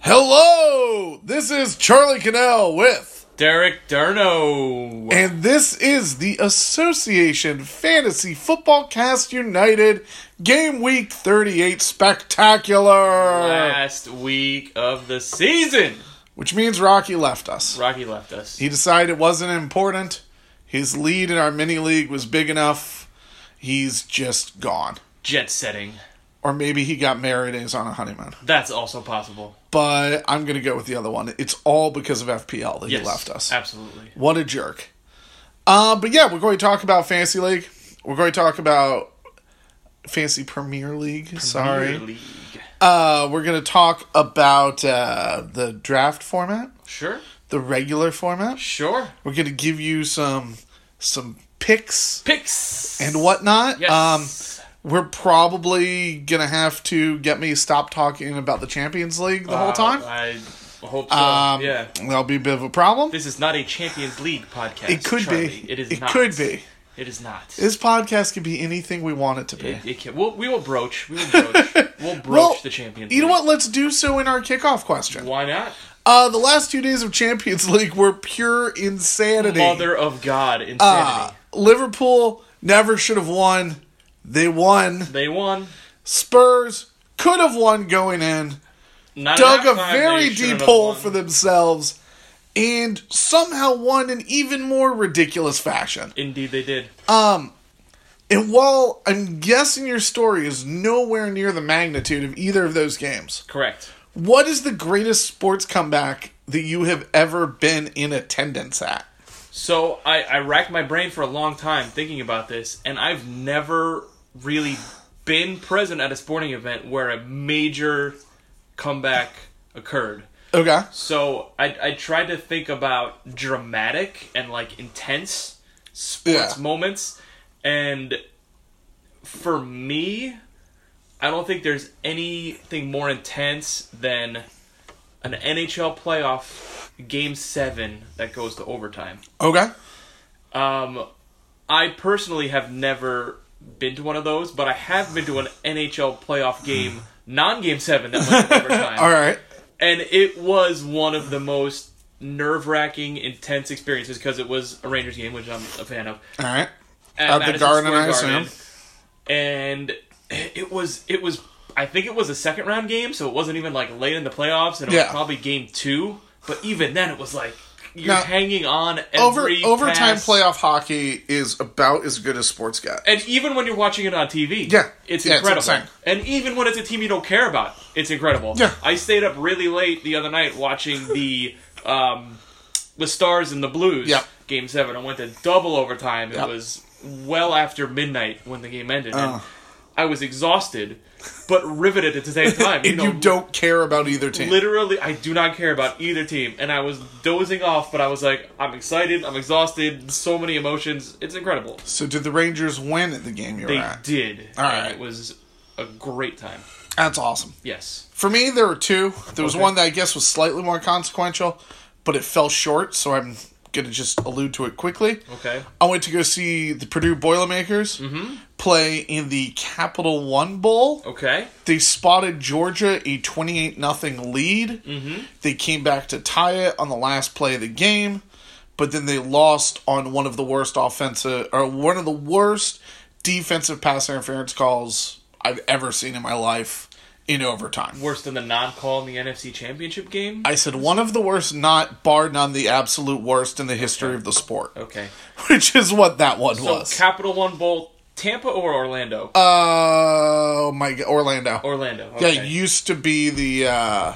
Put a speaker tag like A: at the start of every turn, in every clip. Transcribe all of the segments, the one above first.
A: Hello! This is Charlie Cannell with,
B: Derek Darno.
A: and this is the Association Fantasy Football Cast United Game Week 38 Spectacular!
B: Last week of the season,
A: Which means Rocky left us.
B: Rocky left us.
A: He decided it wasn't important. His lead in our mini league was big enough. He's just gone.
B: Jet setting.
A: Or maybe he got married and is on a honeymoon.
B: That's also possible.
A: But I'm going to go with the other one. It's all because of FPL that
B: Yes,
A: he left us.
B: Absolutely.
A: What a jerk. Uh, but yeah, we're going to talk about Fantasy League. We're going to talk about Fantasy Premier League. sorry.
B: League.
A: Uh, we're going to talk about uh, the draft format,
B: Sure.
A: the regular format.
B: Sure.
A: We're going to give you some some picks
B: Picks.
A: and um, whatnot.
B: Yes.
A: we're probably going to have to get me to stop talking about the Champions League the whole time.
B: Uh, I hope so.
A: Um,
B: Oh, yeah.
A: That'll be a bit of a problem.
B: This is not a Champions League podcast.
A: It could
B: Charlie.
A: be.
B: It is
A: It
B: not.
A: could be.
B: It is not.
A: This podcast could be anything we want it to be.
B: it, it can, we'll, we will broach. We will broach. we'll broach
A: Well,
B: the Champions
A: You know
B: League.
A: what? Let's do so in our kickoff question.
B: Why not?
A: Uh, the last two days of Champions League were pure insanity.
B: Mother of God, insanity.
A: Uh, Liverpool never should have won. They won.
B: they won.
A: Spurs could have won going in.
B: Not
A: Dug a
B: enough time, they
A: very
B: shouldn't
A: deep
B: have
A: hole
B: won.
A: for themselves. And somehow won in even more ridiculous fashion.
B: Indeed, they did.
A: And while I'm guessing your story is nowhere near the magnitude of either of those games,
B: Correct.
A: What is the greatest sports comeback that you have ever been in attendance at?
B: So I, I racked my brain for a long time thinking about this, and I've never really been present at a sporting event where a major comeback occurred.
A: Okay.
B: So I, I tried to think about dramatic and like intense sports
A: Yeah.
B: moments, and for me, I don't think there's anything more intense than an NHL playoff game seven that goes to overtime.
A: Okay.
B: Um, I personally have never been to one of those, but I have been to an NHL playoff game, non-game seven that went to overtime,
A: All right.
B: and it was one of the most nerve-wracking, intense experiences because it was a Rangers game, which I'm a fan of,
A: All right.
B: at,
A: the
B: Madison
A: Garden,
B: Square
A: I assume.
B: Garden. and it was it was. I think it was a second round game, so it wasn't even like late in the playoffs, and it
A: Yeah.
B: was probably game two. But even then, it was like you're
A: Now,
B: hanging on every
A: Over overtime
B: pass.
A: playoff hockey is about as good as sports get.
B: And even when you're watching it on TV,
A: Yeah.
B: it's
A: Yeah, that's what I'm
B: incredible.
A: saying.
B: and even when it's a team you don't care about, it's incredible.
A: Yeah.
B: I stayed up really late the other night watching the um, the Stars and the Blues
A: Yeah.
B: game seven. I went to double overtime. It
A: Yeah. Uh.
B: was well after midnight when the game ended. And I was exhausted, but riveted at the same time.
A: And you don't care about either team.
B: Literally, I do not care about either team, and I was dozing off. But I was like, I'm excited, I'm exhausted, so many emotions. It's incredible.
A: so did the Rangers win at the game you were
B: They
A: at?
B: did.
A: All
B: and
A: right.
B: It was a great time.
A: That's awesome.
B: Yes.
A: For me, there were two. There was
B: Okay.
A: one that I guess was slightly more consequential, but it fell short, so I'm going to just allude to it quickly.
B: Okay. Mm-hmm.
A: I went to go see the Purdue Boilermakers play in the Capital One Bowl.
B: Okay.
A: They spotted Georgia a 28 nothing lead.
B: Mm-hmm.
A: They came back to tie it on the last play of the game, but then they lost on one of the worst offensive or one of the worst defensive pass interference calls I've ever seen in my life in overtime.
B: Worse than the non-call in the NFC Championship game.
A: I said one of the worst, not bar none, the absolute worst in the history of the sport,
B: Okay.
A: which is what that one
B: So
A: was. Uh,
B: Capital One Bowl Tampa or Orlando?
A: Oh my god, Orlando.
B: Orlando.
A: Yeah,
B: Okay.
A: used to be the uh,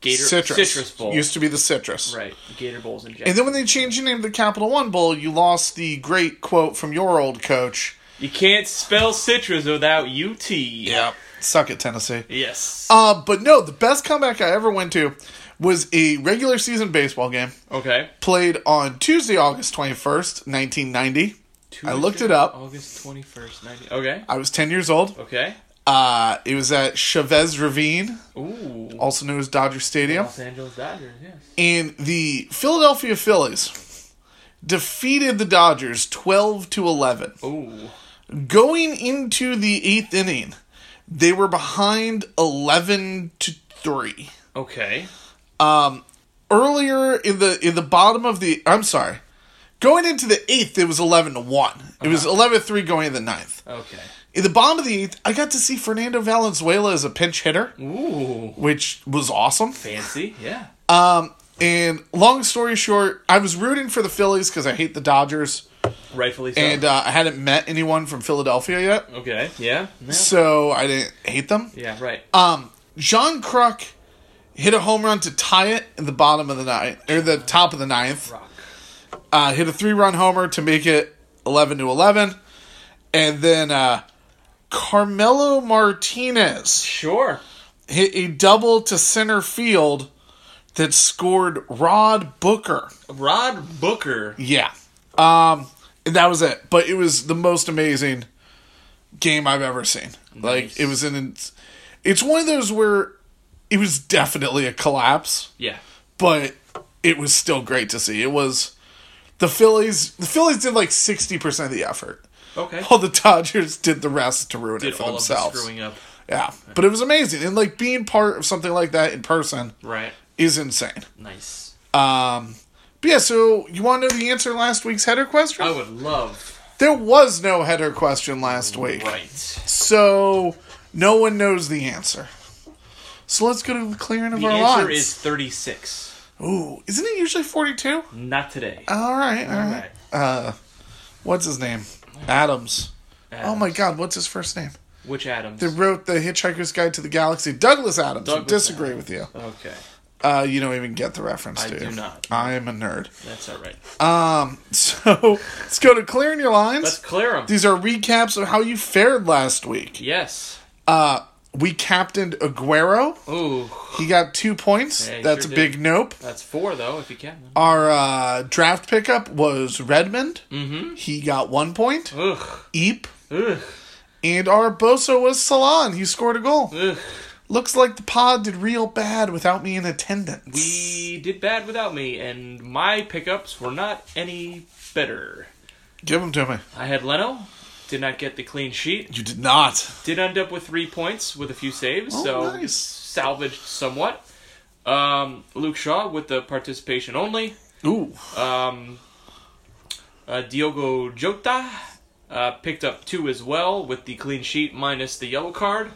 B: Gator
A: citrus.
B: Bowl.
A: Used to be the citrus.
B: right. Gator Bowls in
A: And
B: general.
A: then when they changed the name to the Capital One Bowl, you lost the great quote from your old coach.
B: You can't spell citrus without UT.
A: Yeah. Suck it, Tennessee.
B: Yes.
A: Uh, but no, the best comeback I ever went to was a regular season baseball game
B: okay.
A: played on Tuesday, August 21st, 1990. I looked it up.
B: August 21st, 19. Okay.
A: I was 10 years old.
B: Okay.
A: Uh, it was at Chavez Ravine,
B: Ooh.
A: also known as Dodger Stadium.
B: Los Angeles Dodgers, yes.
A: And the Philadelphia Phillies defeated the Dodgers 12 to 11.
B: Ooh.
A: Going into the eighth inning, they were behind 11 to 3.
B: Okay.
A: earlier in the in the bottom of the I'm sorry. Going into the eighth, it was eleven to one. It was eleven to three going into the ninth.
B: Okay.
A: In the bottom of the eighth, I got to see Fernando Valenzuela as a pinch hitter,
B: Ooh.
A: which was awesome.
B: Fancy, yeah.
A: And long story short, I was rooting for the Phillies because I hate the Dodgers,
B: Rightfully so.
A: and uh, I hadn't met anyone from Philadelphia yet,
B: okay, yeah. yeah.
A: so I didn't hate them.
B: Yeah, right.
A: Um, John Kruk hit a home run to tie it in the bottom of the ninth or the top of the ninth.
B: Rock.
A: uh, hit a three run homer to make it 11 to 11. And then uh, Carmelo Martinez
B: Sure.
A: hit a double to center field that scored Rod Booker.
B: Rod Booker.
A: Yeah. Um, and that was it. But it was the most amazing game I've ever seen. Like, it was an. It's one of those where it was definitely a collapse
B: Yeah.
A: but it was still great to see. It was the Phillies. The Phillies did like sixty percent of the effort.
B: Okay.
A: While the Dodgers did the rest to ruin
B: Did
A: it for
B: all of the
A: themselves.
B: screwing up.
A: yeah, but it was amazing, and like being part of something like that in person
B: Right.
A: is insane.
B: Nice.
A: Um, but yeah, so you want to know the answer to last week's header question?
B: I would love.
A: there was no header question last week,
B: Right.
A: so no one knows the answer. So let's go to the clearing of
B: The
A: our
B: answer
A: lines.
B: is 36.
A: Ooh, isn't it usually forty-two?
B: Not today.
A: All right, all
B: All
A: right.
B: right.
A: what's his name? Adams. Oh
B: Adams.
A: my God, what's his first name?
B: Uh, Which Adams?
A: They wrote the Hitchhiker's Guide to the Galaxy. Douglas Adams. I
B: Douglas
A: disagree with you.
B: Okay.
A: Uh, you don't even get the reference.
B: I
A: dude.
B: do not.
A: I am a nerd.
B: That's all right.
A: Um, so let's go to clearing your lines.
B: Let's clear them.
A: These are recaps of how you fared last week.
B: Yes.
A: Uh, we captained Aguero.
B: Ooh.
A: He got two points.
B: Yeah, he
A: That's
B: sure
A: a big nope.
B: That's four, though, if you can.
A: Our uh, draft pickup was Redmond. Mm-hmm. He got one point.
B: Ugh.
A: Eep.
B: Ugh.
A: And our Bosa was Salon. He scored a goal.
B: Ugh.
A: Looks like the pod did real bad without me in attendance.
B: He did bad without me, and my pickups were not any better.
A: Give them to me.
B: I had Leno, did not get the clean sheet,
A: You did not.
B: did end up with three points with a few saves,
A: Oh,
B: so
A: nice.
B: salvaged somewhat. Um, Luke Shaw with the participation only.
A: Ooh.
B: Um, uh, Diogo Jota uh, picked up two as well with the clean sheet minus the yellow card.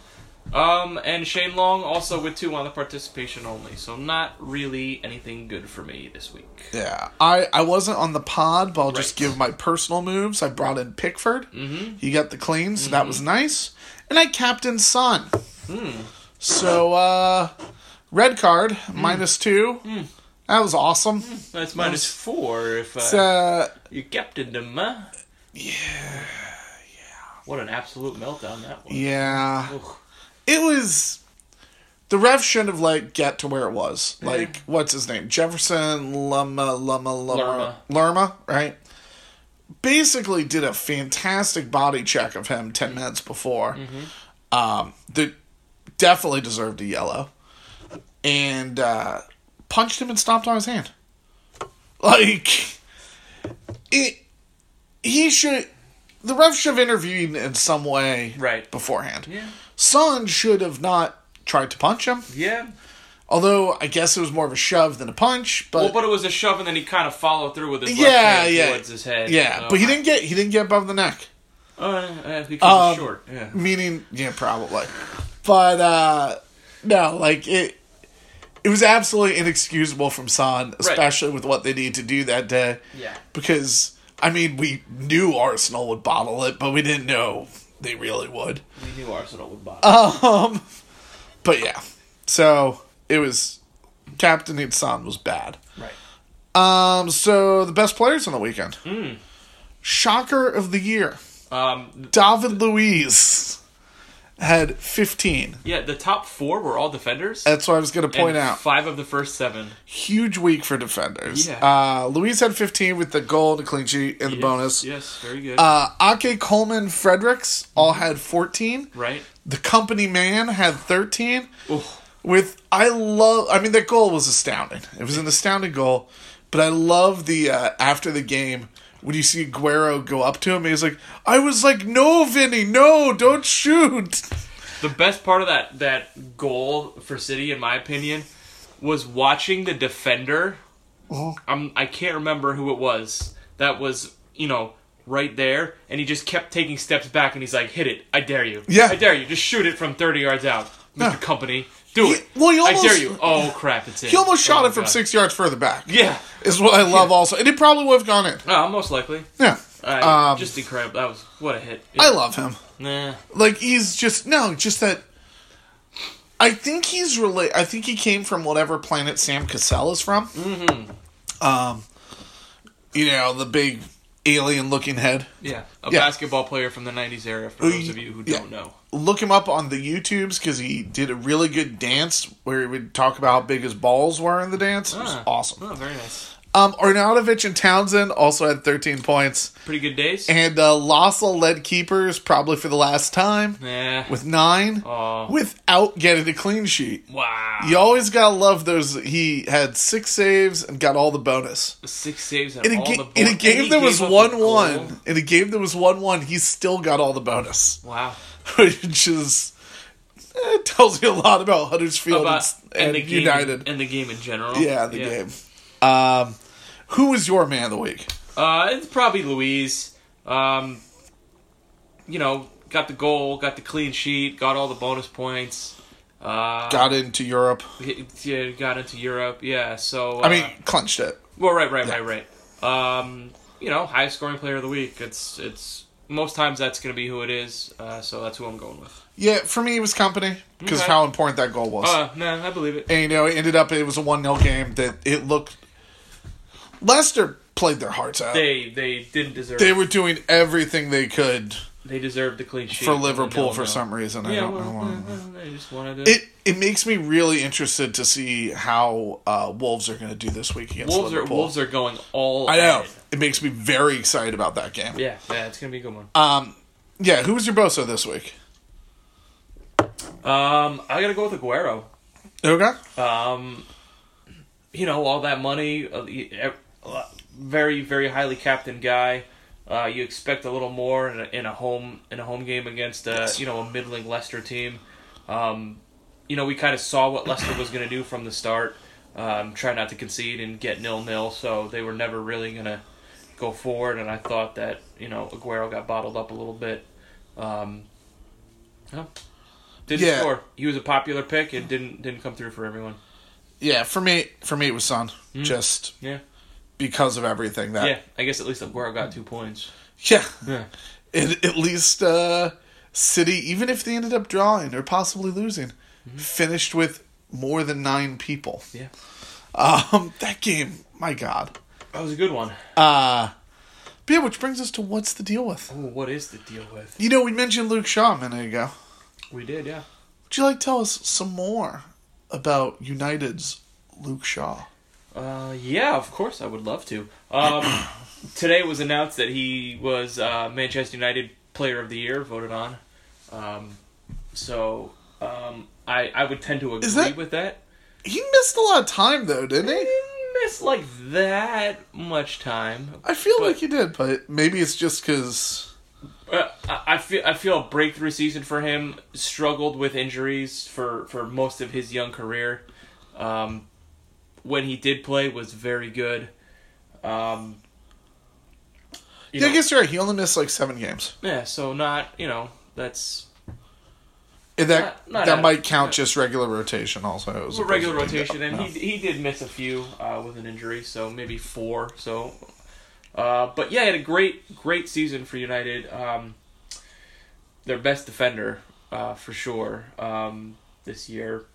B: Um, and Shane Long also with two on the participation only. So not really anything good for me this week.
A: Yeah. I, I wasn't on the pod, but I'll just
B: Right.
A: give my personal moves. I brought in Pickford. Mm-hmm. He got the clean, so that was nice. And I captained Son. Hmm. So, uh, red card, minus two. That was awesome.
B: That's minus four if uh,
A: It's, uh,
B: you captained him, huh? Yeah, yeah. What an absolute meltdown that was.
A: yeah.
B: Ugh.
A: it was the ref shouldn't have like get to where it was. Like what's his name? Jefferson Lama Lama Lama Lerma. right? Basically did a fantastic body check of him 10
B: Mm-hmm.
A: minutes before. Um that definitely deserved a yellow. And uh punched him and stomped on his hand. Like it he should the ref should have intervened in some way
B: Right.
A: beforehand.
B: Yeah.
A: Son should have not tried to punch him.
B: Yeah.
A: Although I guess it was more of a shove than a punch, but,
B: Well, but it was a shove, and then he kind of followed through with his left
A: yeah,
B: hand
A: yeah,
B: towards his head.
A: yeah.
B: Oh,
A: but he
B: my-
A: didn't get he didn't get above the neck,
B: Uh, uh, because
A: Um,
B: he's short. Yeah.
A: meaning yeah, probably. But uh no, like it, it was absolutely inexcusable from Son, especially with what they need to do that day.
B: Yeah.
A: because I mean, we knew Arsenal would bottle it, but we didn't know they really would.
B: We knew Arsenal would bottle.
A: Um, but yeah, so it was Captain Son was bad.
B: right.
A: Um, so the best players on the weekend.
B: Hmm.
A: Shocker of the year.
B: Um,
A: David Luiz had 15.
B: yeah, the top four were all defenders.
A: That's what I was going to point
B: and
A: out.
B: Five of the first seven.
A: Huge week for defenders.
B: Yeah.
A: Uh, Luiz had 15 with the goal, the clean sheet, and the
B: Yes,
A: bonus.
B: Yes, very good.
A: Uh, Ake Coleman Fredericks all had 14.
B: right?
A: The company man had 13.
B: Ooh,
A: With, I love, I mean, that goal was astounding. It was an astounding goal, but I love the, uh, after the game, when you see Guerrero go up to him, he's like, I was like, no, Vinny, no, don't shoot.
B: the best part of that that goal for City, in my opinion, was watching the defender.
A: Uh-huh.
B: I'm- I can't remember who it was. That was you know right there, and he just kept taking steps back, and he's like, "Hit it! I dare you!
A: Yeah.
B: I dare you! Just shoot it from 30 yards out, Mr.
A: Yeah.
B: Company. Do it!
A: well, he
B: I
A: almost-
B: dare you! Oh crap! It's in.
A: He almost shot
B: Oh,
A: it from
B: God.
A: six yards further back.
B: Yeah.
A: Is what I love also. And it probably would have gone in.
B: Oh, most likely.
A: Yeah.
B: Uh,
A: Um,
B: just incredible. That was what a hit.
A: I love him.
B: nah.
A: Like he's just no, just that. I think he's relate. I think he came from whatever planet Sam Cassell is from. Mm-hmm. Um, you know the big alien-looking head.
B: Yeah, a
A: Yeah. Uh,
B: basketball player from the '90s era. For those of you who
A: yeah.
B: don't know,
A: Look him up on the YouTubes because he did a really good dance where he would talk about how big his balls were in the dance. It was
B: Ah.
A: awesome.
B: Oh, very nice.
A: Um, Arnautovic and Townsend also had 13 points.
B: Pretty good days.
A: And uh, Lossel led keepers probably for the last time
B: yeah.
A: with nine
B: Aw.
A: without getting a clean sheet.
B: wow.
A: You always gotta love those. He had six saves and got all the bonus.
B: Six saves and
A: In a,
B: all
A: ga-
B: the bo-
A: in a
B: and
A: game
B: he
A: that
B: gave
A: was
B: up a
A: 1
B: goal.
A: 1, in a game that was 1 1, he still got all the bonus,
B: Wow.
A: which is. It tells you a lot about Huddersfield
B: About
A: and,
B: and the
A: and
B: game
A: United.
B: and the game in general.
A: yeah, the game. Um, who was your man of the week?
B: Uh, it's probably Louise. Um, you know, got the goal, got the clean sheet, got all the bonus points. Uh,
A: Got into Europe.
B: yeah, got into Europe. Yeah, so
A: I mean,
B: uh,
A: clinched it.
B: Well, right, right, right, right. Um, you know, highest scoring player of the week. It's it's most times that's going to be who it is. Uh, so that's who I'm going with.
A: Yeah, for me it was company because
B: Okay.
A: how important that goal was.
B: Uh, man, I believe it.
A: and you know, it ended up it was a one 0 game that it looked. Leicester played their hearts out. They,
B: They they didn't deserve.
A: were doing everything they could
B: they deserved the clean sheet
A: for
B: No,
A: Liverpool
B: no,
A: for
B: no.
A: some reason. I
B: Yeah,
A: don't
B: well,
A: know
B: uh,
A: why.
B: uh, they just wanted to.
A: It it makes me really interested to see how uh, Wolves are going to do this week against
B: Wolves are
A: Liverpool.
B: Wolves are going all.
A: I know
B: at it.
A: it makes me very excited about that game. Yeah,
B: Yeah, yeah, it's gonna be a good one.
A: Uh, who was your Boso this week?
B: Um, I gotta go with Aguero.
A: Okay,
B: Um, you know, all that money, uh, e- ev- uh, very very highly captained guy. Uh, you expect a little more in a, in a home in a home game against uh, you know a middling Leicester team. Um, you know, we kind of saw what Leicester was going to do from the start. Um, try not to concede and get nil nil, so they were never really going to go forward. And I thought that you know Aguero got bottled up a little bit. Um, yeah. Didn't
A: Yeah.
B: score. He was a popular pick and didn't didn't come through for everyone.
A: yeah, for me for me it was Son just
B: Yeah.
A: because of everything that
B: Hmm. Yeah, I guess at least Aguero got two points.
A: Yeah.
B: Uh, Yeah.
A: At, at least uh, City, even if they ended up drawing or possibly losing,
B: Mm-hmm.
A: finished with more than nine people.
B: Yeah.
A: Um, that game, my God.
B: That was a good one.
A: Uh, but yeah, which brings us to what's the deal with?
B: Ooh, what is the deal with?
A: You know, we mentioned Luke Shaw a minute ago.
B: We did, yeah.
A: Would you like to tell us some more about United's Luke Shaw?
B: Uh, yeah, of course I would love to. Um, today it was announced that he was uh, Manchester United Player of the Year, voted on. Um, so um, I I would tend to agree
A: Is that-
B: with that.
A: He missed a lot of time, though, didn't he?
B: Didn't miss like that much time.
A: I feel
B: But-
A: like he did, but maybe it's just because.
B: Uh, I I feel I feel a breakthrough season for him. Struggled with injuries for for most of his young career. Um, when he did play, was very good. Um, you
A: Yeah, I
B: know,
A: guess you're right. He only missed like seven games.
B: yeah, so not you know that's
A: And that
B: Not- not
A: that
B: out-
A: might count just regular rotation also. It was
B: a
A: a
B: regular
A: pretty big
B: rotation,
A: deal.
B: and
A: No.
B: he he did miss a few uh, with an injury, so maybe four. So Uh, but yeah, he had a great, great season for United. Um, their best defender, uh, for sure, um, this year.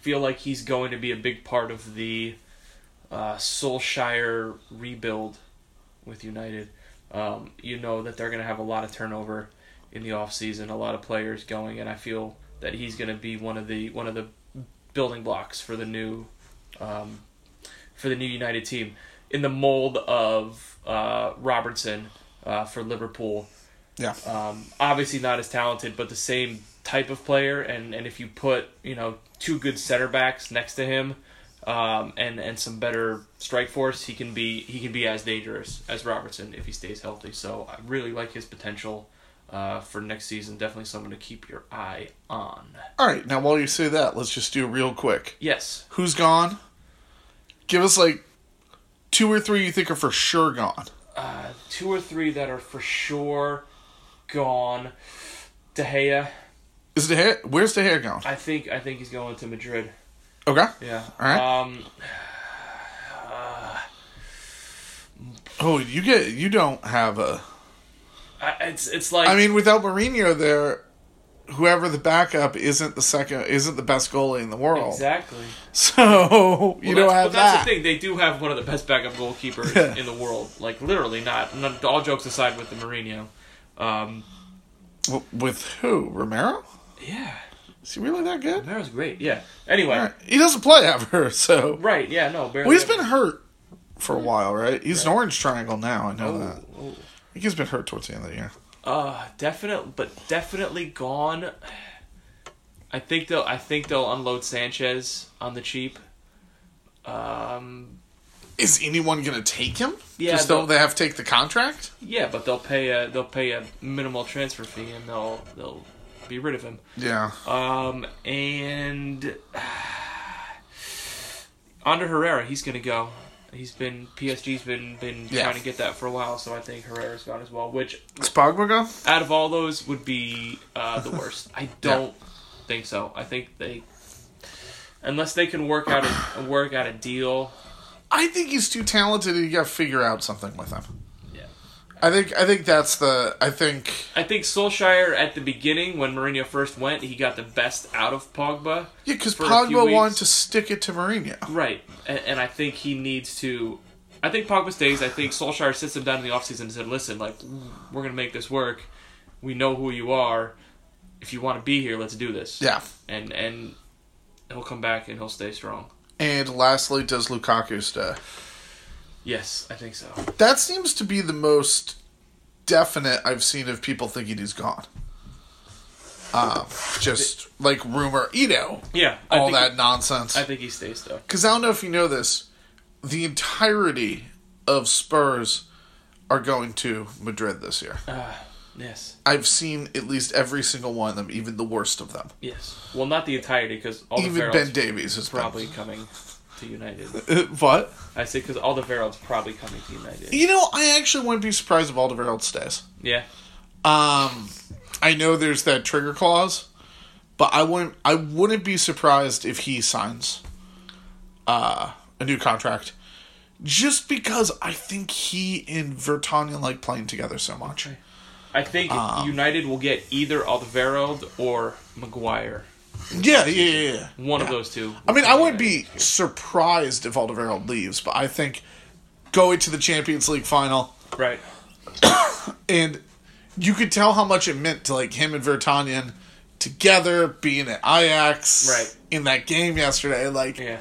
B: Feel like he's going to be a big part of the uh, Solskjaer rebuild with United. Um, you know that they're going to have a lot of turnover in the offseason, a lot of players going, and I feel that he's going to be one of the one of the building blocks for the new um, for the new United team in the mold of uh, Robertson uh, for Liverpool.
A: Yeah.
B: Um, obviously not as talented, but the same type of player. And, and if you put you know two good center backs next to him, um, and and some better strike force, he can be he can be as dangerous as Robertson if he stays healthy. So I really like his potential. Uh, for next season, definitely someone to keep your eye on.
A: All right, now while you say that, let's just do it real quick.
B: Yes,
A: Who's gone? Give us like two or three you think are for sure gone.
B: uh, two or three that are for sure gone. De Gea,
A: Is the hair? Where's the hair gone?
B: I think I think he's going to Madrid.
A: Okay.
B: Yeah.
A: All right.
B: Um,
A: Oh, you get you don't have a.
B: I, it's it's like
A: I mean, without Mourinho there, whoever the backup isn't the second isn't the best goalie in the world.
B: exactly.
A: So you
B: Well,
A: don't
B: that's-
A: have
B: but that's
A: that.
B: the thing. They do have one of the best backup goalkeepers
A: Yeah.
B: in the world. Like literally, not, not all jokes aside with the Mourinho. Um,
A: W- With who? Romero?
B: yeah,
A: Is he really that good?
B: Mourinho's great. Yeah. Anyway,
A: All right.
B: right.
A: He doesn't play ever, so
B: Yeah. No. Barely.
A: well, he's
B: ever-
A: been hurt for a while, right? He's an orange triangle now. I know that. I
B: Oh,
A: think he's been hurt towards the end of the year.
B: oh. Uh, definite, but definitely gone. I think they'll. I think they'll unload Sanchez on the cheap. Um,
A: Is anyone going to take him?
B: Yeah,
A: Just don't
B: they'll-
A: they have to take the contract?
B: yeah, but they'll pay a they'll pay a minimal transfer fee and they'll they'll be rid of him.
A: Yeah.
B: Um, and Under Herrera, he's gonna go. He's been PSG's been been
A: Yeah.
B: trying to get that for a while, so I think Herrera's gone as well. Which
A: Is Pogba gone?
B: out of all those would be uh, the worst. I don't think so. I think they, unless they can work out a work out a deal.
A: I think he's too talented. You got to figure out something with him.
B: Yeah.
A: I think. I think that's the. I think.
B: I think Solskjaer at the beginning, when Mourinho first went, he got the best out of Pogba.
A: Yeah, because
B: For a few
A: Pogba
B: weeks.
A: wanted to stick it to Mourinho.
B: Right, and, and I think he needs to. I think Pogba stays. I think Solskjaer sits him down in the offseason and said, "Listen, like we're gonna make this work. We know who you are. If you want to be here, let's do this."
A: Yeah.
B: and and he'll come back and he'll stay strong.
A: And lastly, does Lukaku stay?
B: Yes, I think so.
A: That seems to be the most definite I've seen of people thinking he's gone. Um, just like rumor, you know,
B: Yeah, I
A: all
B: think
A: that nonsense.
B: I think he stays though.
A: Because I don't know if you know this, the entirety of Spurs are going to Madrid this year.
B: Uh-huh. Yes,
A: I've seen at least every single one of them, even the worst of them.
B: yes. Well, not the entirety because all the
A: even Ben
B: Farrell's
A: Davies is
B: probably coming to United.
A: what?
B: I say because all the Farrell's probably coming to United.
A: You know, I actually wouldn't be surprised if Alderweireld stays.
B: Yeah,
A: Um, I know there's that trigger clause, but I wouldn't. I wouldn't be surprised if he signs uh, a new contract, just because I think he and Vertonghen like playing together so much.
B: I think
A: Um,
B: United will get either Alderweireld or Maguire.
A: Yeah, yeah, yeah. yeah.
B: One of those two.
A: I mean, I wouldn't be surprised if Alderweireld leaves, but I think going to the Champions League final
B: right.
A: and you could tell how much it meant to like him and Vertonghen together being at Ajax
B: Right.
A: in that game yesterday. Like,
B: Yeah.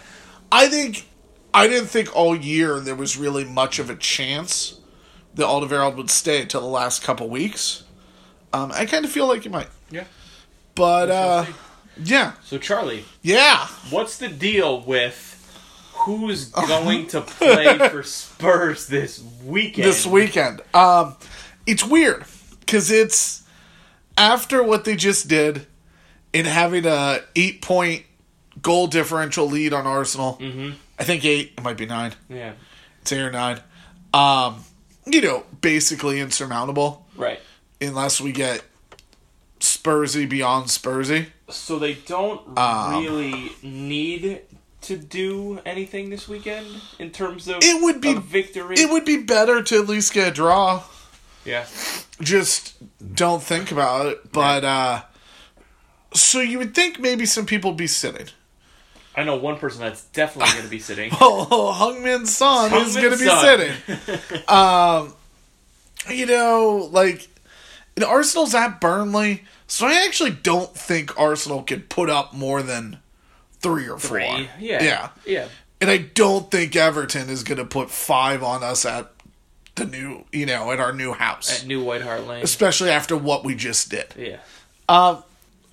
A: I think I didn't think all year there was really much of a chance that Alderweireld would stay until the last couple weeks. Um, I kind of feel like he might,
B: Yeah.
A: but uh,
B: see.
A: yeah,
B: So Charlie,
A: yeah.
B: what's the deal with who's going to play for Spurs this weekend?
A: this weekend. Um, it's weird because it's after what they just did in having a eight point goal differential lead on Arsenal. Mm-hmm. I think eight. It might be nine.
B: Yeah.
A: It's eight or nine. Um, you know, basically insurmountable
B: Right.
A: unless we get Spursy beyond Spursy. Um,
B: So they don't really need to do anything this weekend in terms of
A: It would be-
B: of victory?
A: It would be better to at least get a draw.
B: yeah.
A: Just don't think about it. But uh so you would think maybe some people would be sitting.
B: I know one person that's definitely going to be sitting.
A: Oh, Hungman's son is
B: Hungman's
A: going to be
B: son.
A: sitting. um, you know, like and Arsenal's at Burnley, so I actually don't think Arsenal could put up more than three or four.
B: Yeah.
A: yeah,
B: Yeah.
A: and I don't think Everton is going to put five on us at the new, you know, at our new house,
B: At New White Hart Lane.
A: especially after what we just did.
B: Yeah.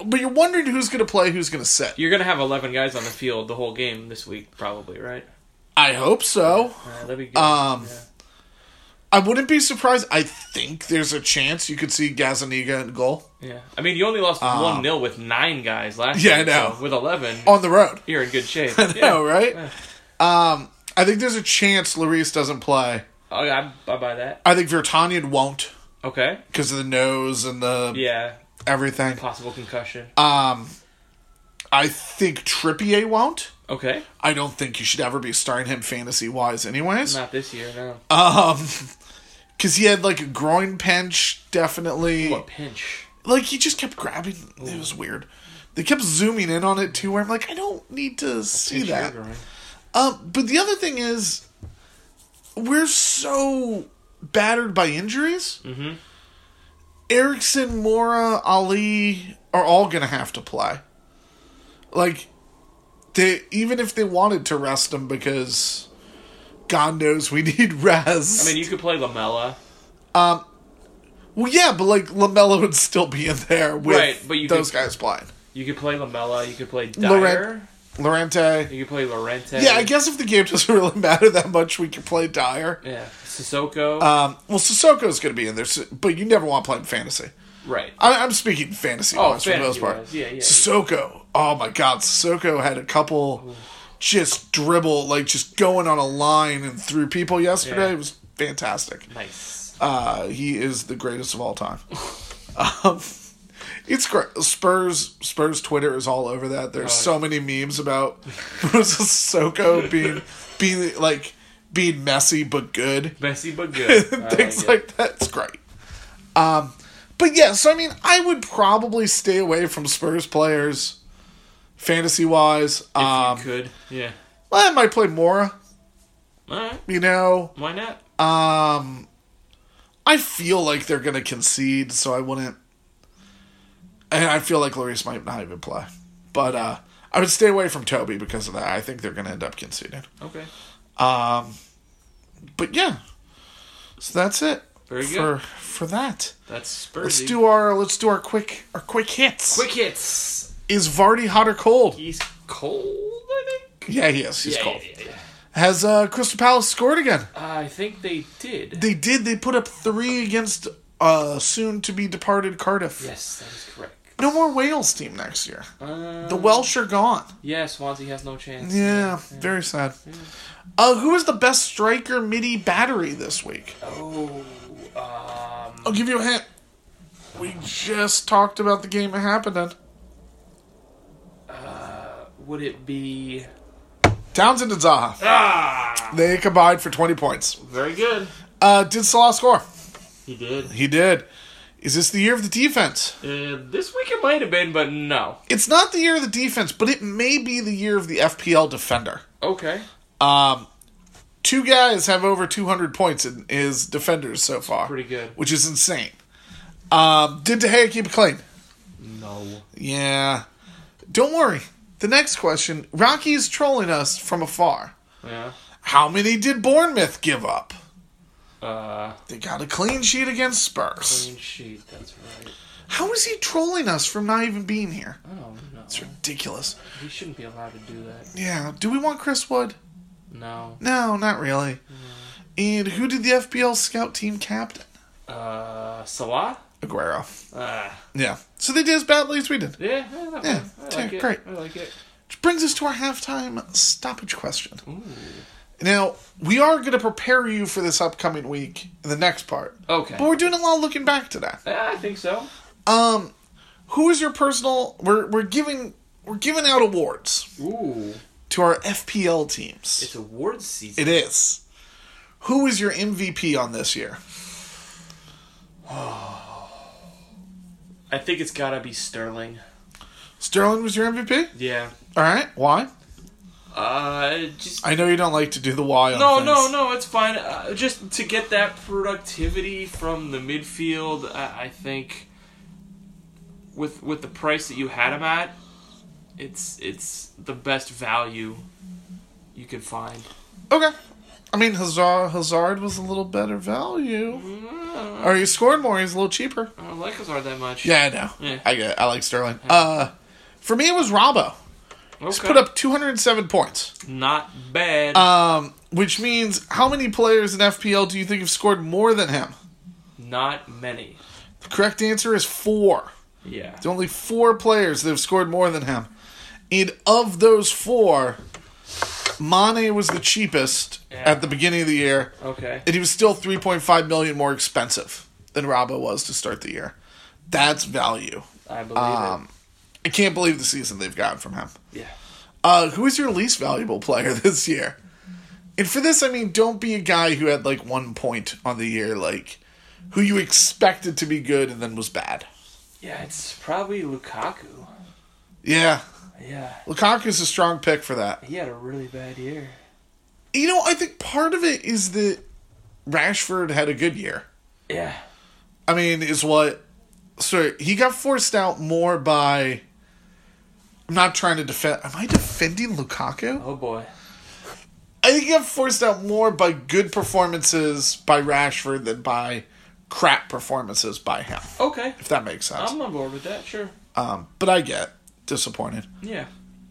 A: But you're wondering who's going to play, who's going to sit.
B: You're going to have 11 guys on the field the whole game this week, probably, right?
A: I hope so.
B: Uh, that'd be good.
A: Um,
B: Yeah.
A: I wouldn't be surprised. I think there's a chance you could see Gazaniga in goal.
B: Yeah, I mean, you only lost one 0 with nine guys last
A: um, yeah, I
B: year.
A: know.
B: So with eleven,
A: on the road.
B: you're in good shape.
A: I
B: yeah,
A: know, right? Um, I think there's a chance Lloris doesn't play.
B: I, I, Oh, I buy that.
A: I think Vertanian won't
B: Okay.
A: because of the nose and the
B: Yeah,
A: everything.
B: possible concussion.
A: Uh, I think Trippier won't.
B: okay,
A: I don't think you should ever be starting him fantasy wise, anyways. Um
B: not this year. No,
A: 'cause because he had like a groin pinch, definitely.
B: Ooh, a pinch.
A: Like he just kept grabbing. It was weird. They kept zooming in on it too, where I'm like, I don't need to see
B: Pinch
A: that.
B: your groin.
A: Um, but the other thing is, we're so battered by injuries. Mm-hmm. Erickson, Mora, Ali are all going to have to play. Like, they even if they wanted to rest them because God knows we need
B: I
A: rest.
B: mean, you could play Lamella,
A: well, yeah, but like Lamelo would still be in there with
B: Right, but you
A: those
B: could-
A: guys playing.
B: you could play Lamella, you could play Dyer,
A: Laurent- Lorente.
B: you could play Lorente.
A: Yeah, I guess if the game doesn't really matter that much, we can play Dyer.
B: Yeah, Sissoko.
A: Um, well, Sissoko's going to be in there, so- but you never want to play him fantasy.
B: right.
A: I, I'm speaking fantasy
B: Oh,
A: wise for the most part.
B: fantasy-wise, yeah, yeah.
A: Sissoko. Oh my God, Sissoko had a couple just dribble, like just going on a line and through people yesterday.
B: Yeah.
A: It was fantastic.
B: nice.
A: Uh, he is the greatest of all time. um, it's great. Spurs Spurs Twitter is all over that. There's so many memes about Sissoko being being like being messy but good
B: Messy but good. I
A: things
B: like, it.
A: like that. It's great. Um, but yeah, so I mean, I would probably stay away from Spurs players, fantasy wise. Um,
B: you could. Yeah.
A: well, I might play Mora.
B: All right.
A: You know,
B: Why not?
A: I feel like they're gonna concede, so I wouldn't. And I feel like Lloris might not even play, but uh, I would stay away from Toby because of that. I think they're gonna end up conceding.
B: Okay.
A: But yeah, so that's it
B: Very
A: for
B: good.
A: for that.
B: That's Spursy.
A: Let's do our let's do our quick our quick hits.
B: quick hits.
A: Is Vardy hot or cold?
B: He's cold, I think.
A: Yeah, he is. He's cold.
B: Yeah, yeah,
A: Has uh, Crystal Palace scored again?
B: yeah. I think they did.
A: They did. They put up three against uh, soon to be departed Cardiff.
B: yes, that is correct.
A: No more Wales team next year.
B: Uh,
A: The Welsh are gone.
B: yeah, Swansea has no chance.
A: Yeah, very sad. Uh, who is the best striker midi battery this week?
B: Oh, um,
A: I'll give you a hint. We just talked about the game that happened in.
B: would it be?
A: Townsend and Zaha.
B: Ah,
A: They combined for 20 points.
B: very good.
A: Uh, did Salah score?
B: He did.
A: He did. Is this the year of the defense?
B: Uh, this week it might have been, but no.
A: It's not the year of the defense, but it may be the year of the FPL defender.
B: Okay.
A: Two guys have over 200 points in his defenders so far.
B: pretty good.
A: Which is insane. Um, did De Gea keep it clean?
B: No.
A: Yeah. Don't worry. The next question Rocky is trolling us from afar.
B: Yeah.
A: How many did Bournemouth give up?
B: Uh,
A: They got a clean sheet against Spurs.
B: clean sheet. That's right.
A: How is he trolling us from not even being here?
B: Oh no,
A: It's ridiculous.
B: he shouldn't be allowed to do that.
A: Yeah. Do we want Chris Wood?
B: No.
A: No, not really. And who did the FBL scout team captain?
B: Uh, Salah.
A: Aguero.
B: Ah,
A: Yeah. So they did as badly as we did.
B: yeah. Yeah. not
A: Yeah,
B: bad. I
A: okay,
B: like it.
A: great.
B: I like it.
A: Which brings us to our halftime stoppage question. Now, we are going to prepare you for this upcoming week in the next part.
B: Okay.
A: But we're doing a lot of looking back to that.
B: Yeah, I think so.
A: Um, who is your personal? We're we're giving we're giving out awards.
B: Ooh.
A: to our FPL teams.
B: It's awards season.
A: It is. Who is your MVP on this year?
B: I think it's gotta be Sterling.
A: Sterling was your MVP?
B: Yeah.
A: All right. Why?
B: Uh, just
A: I know you don't like to do the why on
B: no,
A: things.
B: no, no. It's fine. Uh, just to get that productivity from the midfield, I, I think with with the price that you had him at, it's it's the best value you could find.
A: Okay. I mean, Hazard, Hazard was a little better value.
B: Mm-hmm.
A: Or he scored more. He's a little cheaper.
B: Mm, I don't like Hazard that much.
A: Yeah, I know.
B: Yeah.
A: I get. It. I like Sterling. Uh, for me, it was Robbo. He's
B: okay.
A: put up 207 points.
B: not bad.
A: Um, which means how many players in FPL do you think have scored more than him?
B: not many.
A: The correct answer is four.
B: Yeah.
A: There's only four players that have scored more than him. And of those four, Mane was the cheapest
B: Yeah.
A: at the beginning of the year,
B: Okay.
A: and he was still 3.5 million more expensive than Robbo was to start the year. That's value.
B: I believe
A: Um, I can't believe the season they've gotten from him.
B: it. Yeah.
A: Uh, who is your least valuable player this year? And for this, I mean, don't be a guy who had like one point on the year, like who you expected to be good and then was bad.
B: Yeah, it's probably Lukaku.
A: Yeah,
B: Yeah.
A: Lukaku's a strong pick for that.
B: He had a really bad year.
A: You know, I think part of it is that Rashford had a good year.
B: Yeah.
A: I mean, is what. So he got forced out more by. I'm not trying to defend. Am I defending Lukaku?
B: Oh boy.
A: I think he got forced out more by good performances by Rashford than by crap performances by him.
B: Okay.
A: If that makes sense.
B: I'm on board with that, sure.
A: Um, but I get disappointed.
B: Yeah.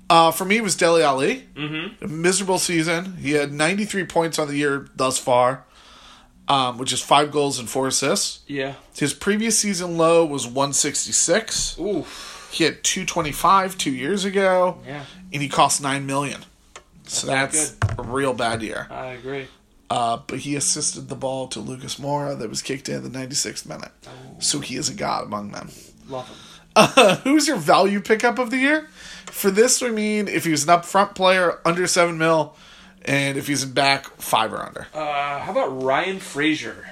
A: Uh, for me, it was Deli Ali. Mm-hmm. A miserable season. He had 93 points on the year thus far, um, which is five goals and four assists.
B: Yeah.
A: His previous season low was 166.
B: Oof.
A: He had 225 two years ago,
B: Yeah.
A: and he cost nine million. So
B: That's
A: that's a real bad year.
B: I agree.
A: Uh, but he assisted the ball to Lucas Mora that was kicked in at the 96th minute. So he is a god among them.
B: Love him.
A: Who's your value pickup of the year? For this, we mean if he's an upfront player under seven mil, and if he's in back five or under.
B: Uh, how about Ryan Frazier?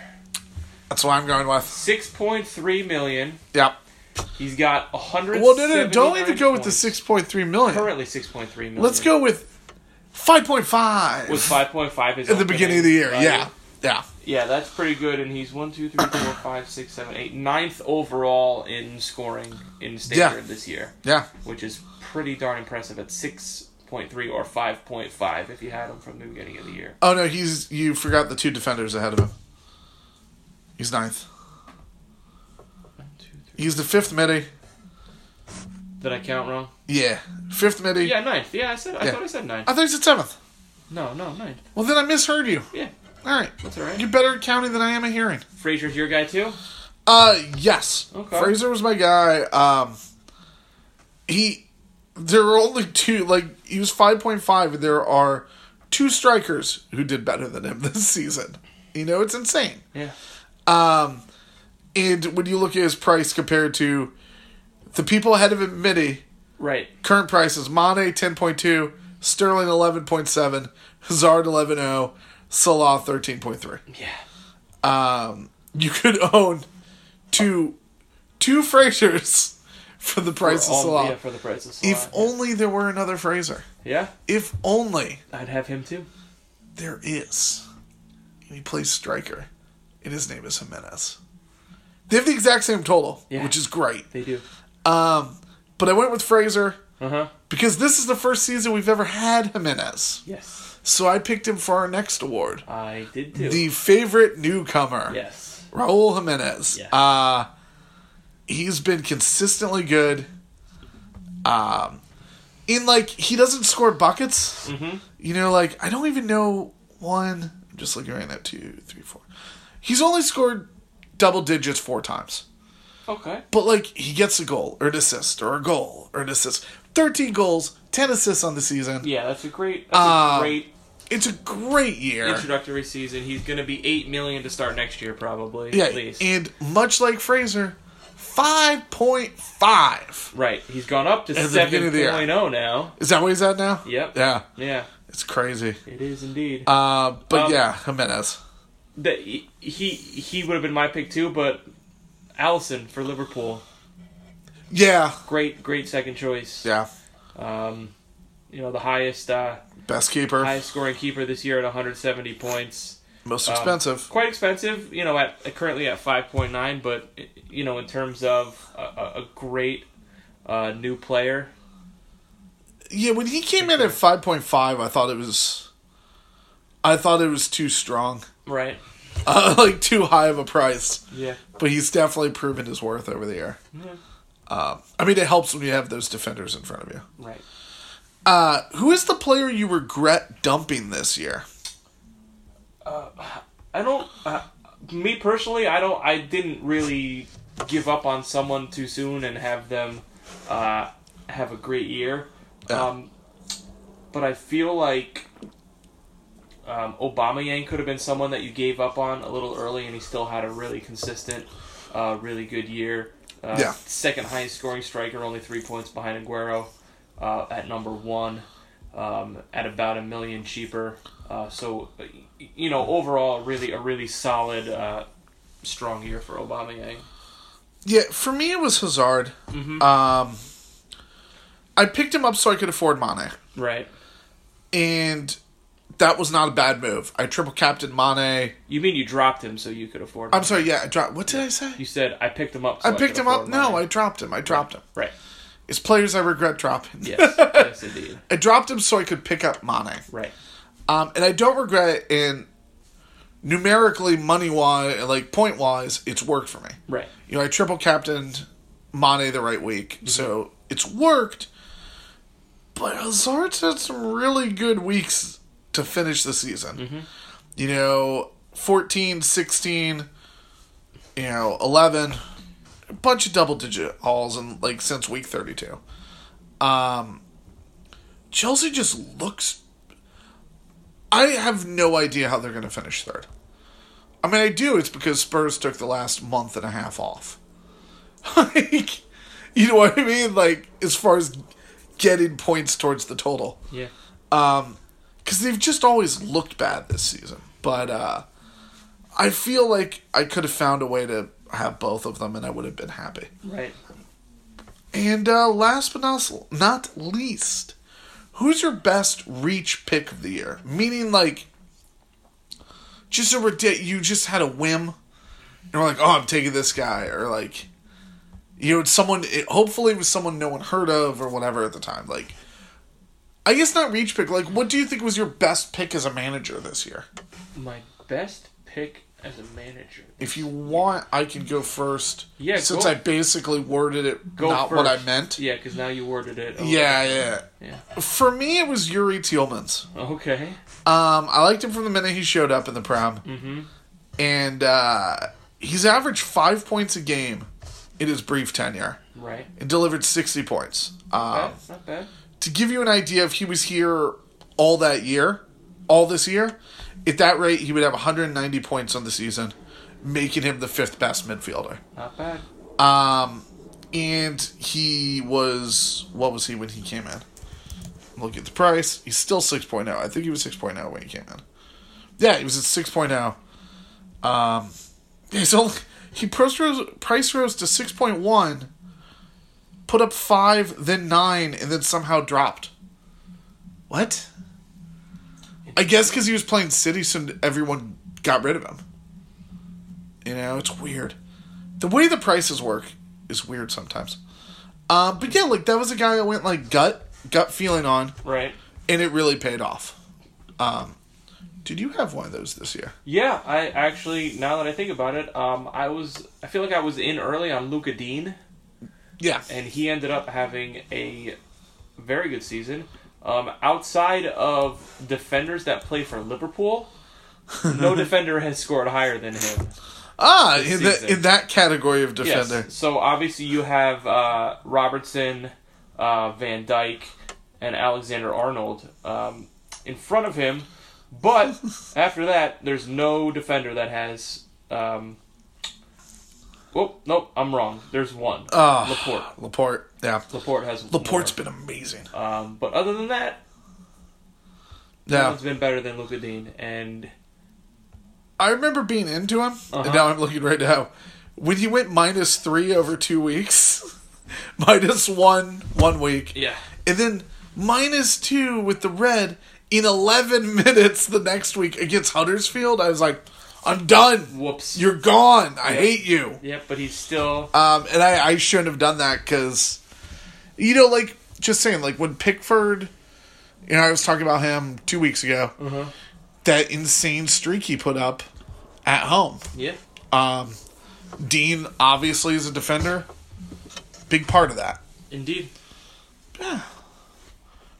A: That's what I'm going with.
B: Six point three million.
A: Yep.
B: He's got a hundred.
A: Well, no, no, don't even go with the 6.3 million.
B: Currently six point three million.
A: Let's go with 5.5
B: With five point five
A: at the beginning of the year. Yeah, yeah.
B: Yeah, that's pretty good. And he's one, two, three, four, five, six, seven, eight, ninth overall in scoring in standard this year,
A: Yeah.
B: which is pretty darn impressive at six point three or five point five if you had him from the beginning of the year.
A: Oh no, he's you forgot the two defenders ahead of him. He's ninth.
B: One, two, three.
A: He's the fifth midi.
B: Did I count wrong?
A: Yeah, fifth midi.
B: Yeah, ninth. Yeah, I said. I
A: Yeah.
B: thought I said ninth.
A: I thought he said seventh.
B: No, no, ninth.
A: Well, then I misheard you.
B: Yeah,
A: All right,
B: that's all right.
A: you're better at counting than I am at hearing.
B: Frazier's your guy too.
A: Uh, yes.
B: Okay.
A: Fraser was my guy. Um, he. There were only two. Like he was five point five, and there are two strikers who did better than him this season. You know, it's insane.
B: Yeah.
A: And when you look at his price compared to the people ahead of him, midi.
B: Right.
A: Current prices: Mane ten point two, Sterling eleven point seven, Hazard eleven zero, Salah thirteen point three.
B: Yeah.
A: You could own two two Frasers for the price of
B: All-
A: Salah.
B: yeah, for the price of Salah.
A: if only there were another Fraser.
B: yeah,
A: If only
B: I'd have him too.
A: there is. And he plays striker, and his name is Jimenez. They have the exact same total,
B: Yeah.
A: which is great.
B: They do.
A: Um, but I went with Fraser
B: Uh huh.
A: because this is the first season we've ever had Jimenez.
B: Yes,
A: So I picked him for our next award.
B: I did too.
A: The favorite newcomer.
B: yes.
A: Raul Jimenez.
B: Yeah.
A: Uh he's been consistently good. Um in like he doesn't score buckets. Mm-hmm. You know, like I don't even know one I'm just looking right now, two, three, four. He's only scored double digits four times.
B: Okay.
A: But like he gets a goal or an assist or a goal or an assist. Thirteen goals, ten assists on the season.
B: Yeah, that's a great. That's
A: Uh,
B: a great
A: It's a great year.
B: introductory season. He's going to be eight million to start next year, probably.
A: Yeah,
B: At least.
A: and much like Fraser, 5.5.
B: Right. He's gone up to
A: At the beginning of the year.
B: 7.0 now.
A: Is that what he's at now?
B: Yep.
A: Yeah.
B: Yeah.
A: It's crazy.
B: It is indeed.
A: Uh, but
B: Um,
A: yeah, Jimenez.
B: that he he would have been my pick too, but Allison for Liverpool,
A: Yeah.
B: great great second choice.
A: Yeah.
B: Um, you know the highest uh,
A: Best keeper.
B: highest scoring keeper this year at 170 points.
A: Most
B: Um,
A: expensive.
B: quite expensive. You know at currently at 5.9, but you know in terms of a, a a great uh, new player.
A: yeah, when he came in at 5.5, I thought it was. I thought it was too strong.
B: Right.
A: Uh, like, too high of a price.
B: Yeah.
A: But he's definitely proven his worth over the year.
B: Yeah.
A: Um, I mean, it helps when you have those defenders in front of you.
B: Right.
A: Uh, who is the player you regret dumping this year?
B: I don't. Uh, me personally, I don't. I didn't really give up on someone too soon and have them uh, have a great year.
A: Yeah.
B: Um, but I feel like um, Obama Yang could have been someone that you gave up on a little early, and he still had a really consistent, uh, really good year. Uh,
A: Yeah.
B: Second highest scoring striker, only three points behind Aguero uh, at number one, um, at about a million cheaper. Uh, so, y- you know, overall, really a really solid, uh, strong year for Obama Yang.
A: Yeah, for me it was Hazard.
B: Mm-hmm.
A: Um, I picked him up so I could afford Mane,
B: Right.
A: and that was not a bad move. I triple captain Mane.
B: You mean you dropped him so you could afford him?
A: I'm sorry, yeah, I dropped. What did I say?
B: You said I picked him up. So
A: I picked
B: could
A: him up.
B: afford
A: No,
B: mine."
A: I dropped him. I dropped him.
B: Right.
A: It's players I regret dropping.
B: Yes. yes, indeed.
A: I dropped him so I could pick up Mane.
B: Right.
A: Um, and I don't regret it. And numerically, money wise, like point wise, it's worked for me.
B: Right.
A: You know, I triple captained Mane the right week, so it's worked. But Hazard's had some really good weeks to finish the season. You know, 14, 16, you know, 11, a bunch of double digit hauls and like since week 32. Um Chelsea just looks I have no idea how they're going to finish third. I mean, I do. It's because Spurs took the last month and a half off. like, you know what I mean? Like, as far as getting points towards the total.
B: Yeah.
A: Because they've just always looked bad this season. But uh, I feel like I could have found a way to have both of them and I would have been happy.
B: Right.
A: And uh, last but not, not least, who's your best reach pick of the year? Meaning, like, just a ridic- you just had a whim, and we're like, oh, I'm taking this guy, or like, you know, it's someone. It, hopefully, it was someone no one heard of or whatever at the time. Like, I guess not reach pick. Like, what do you think was your best pick as a manager this year?
B: My best pick as a manager.
A: If you want, I can go first.
B: Yeah,
A: since
B: go-
A: I basically worded it
B: Go
A: not
B: first.
A: what I meant.
B: Yeah, because now you worded it. a little
A: Yeah,
B: bit.
A: yeah.
B: Yeah.
A: For me, it was Yuri Tielmans.
B: Okay.
A: Um, I liked him from the minute he showed up in the prom, mm-hmm. and uh, he's averaged five points a game in his brief tenure
B: Right.
A: and delivered sixty points. Um,
B: That's not bad.
A: to give you an idea, if he was here all that year, all this year, at that rate, he would have one hundred and ninety points on the season, making him the fifth best midfielder.
B: Not bad.
A: and he was what was he when he came in? Look at the price. He's still 6.0. I think he was 6.0 when he came in. Yeah, he was at 6.0. Um he's only he price rose, price rose to 6.1, put up 5, then 9 and then somehow dropped. What? I guess cuz he was playing City so everyone got rid of him. You know, it's weird the way the prices work is weird sometimes. Um, but yeah, like that was a guy I went like gut gut feeling on,
B: Right.
A: and it really paid off. Um, did you have one of those this year?
B: Yeah, I actually now that I think about it, um, I was I feel like I was in early on Luca Dean,
A: Yeah,
B: and he ended up having a very good season. Um, outside of defenders that play for Liverpool, no defender has scored higher than him.
A: ah, in,
B: season.
A: the, in that category of
B: Yes.
A: defender,
B: So obviously you have uh, Robertson, uh, Van Dyke, and Alexander Arnold um, in front of him, but after that, there's no defender that has um, Oh nope, I'm wrong. There's one.
A: Ah.
B: Laporte.
A: Laporte, yeah.
B: Laporte has
A: Laporte's
B: more.
A: been amazing.
B: Um, but other than that, no
A: Yeah.
B: one's been better than Luca Dean, and
A: I remember being into him,
B: Uh-huh.
A: and now I'm looking right now. When he went minus three over two weeks, minus one one week,
B: yeah,
A: and then minus two with the red in 11 minutes the next week against Huddersfield, I was like, I'm done.
B: whoops.
A: You're gone. I hate you.
B: yeah, but he's still
A: Um, and I, I shouldn't have done that because, you know, like just saying, like when Pickford, you know, I was talking about him two weeks ago, that insane streak he put up at home. Um,
B: yeah.
A: Dean obviously is a defender, big part of that.
B: Indeed.
A: Well,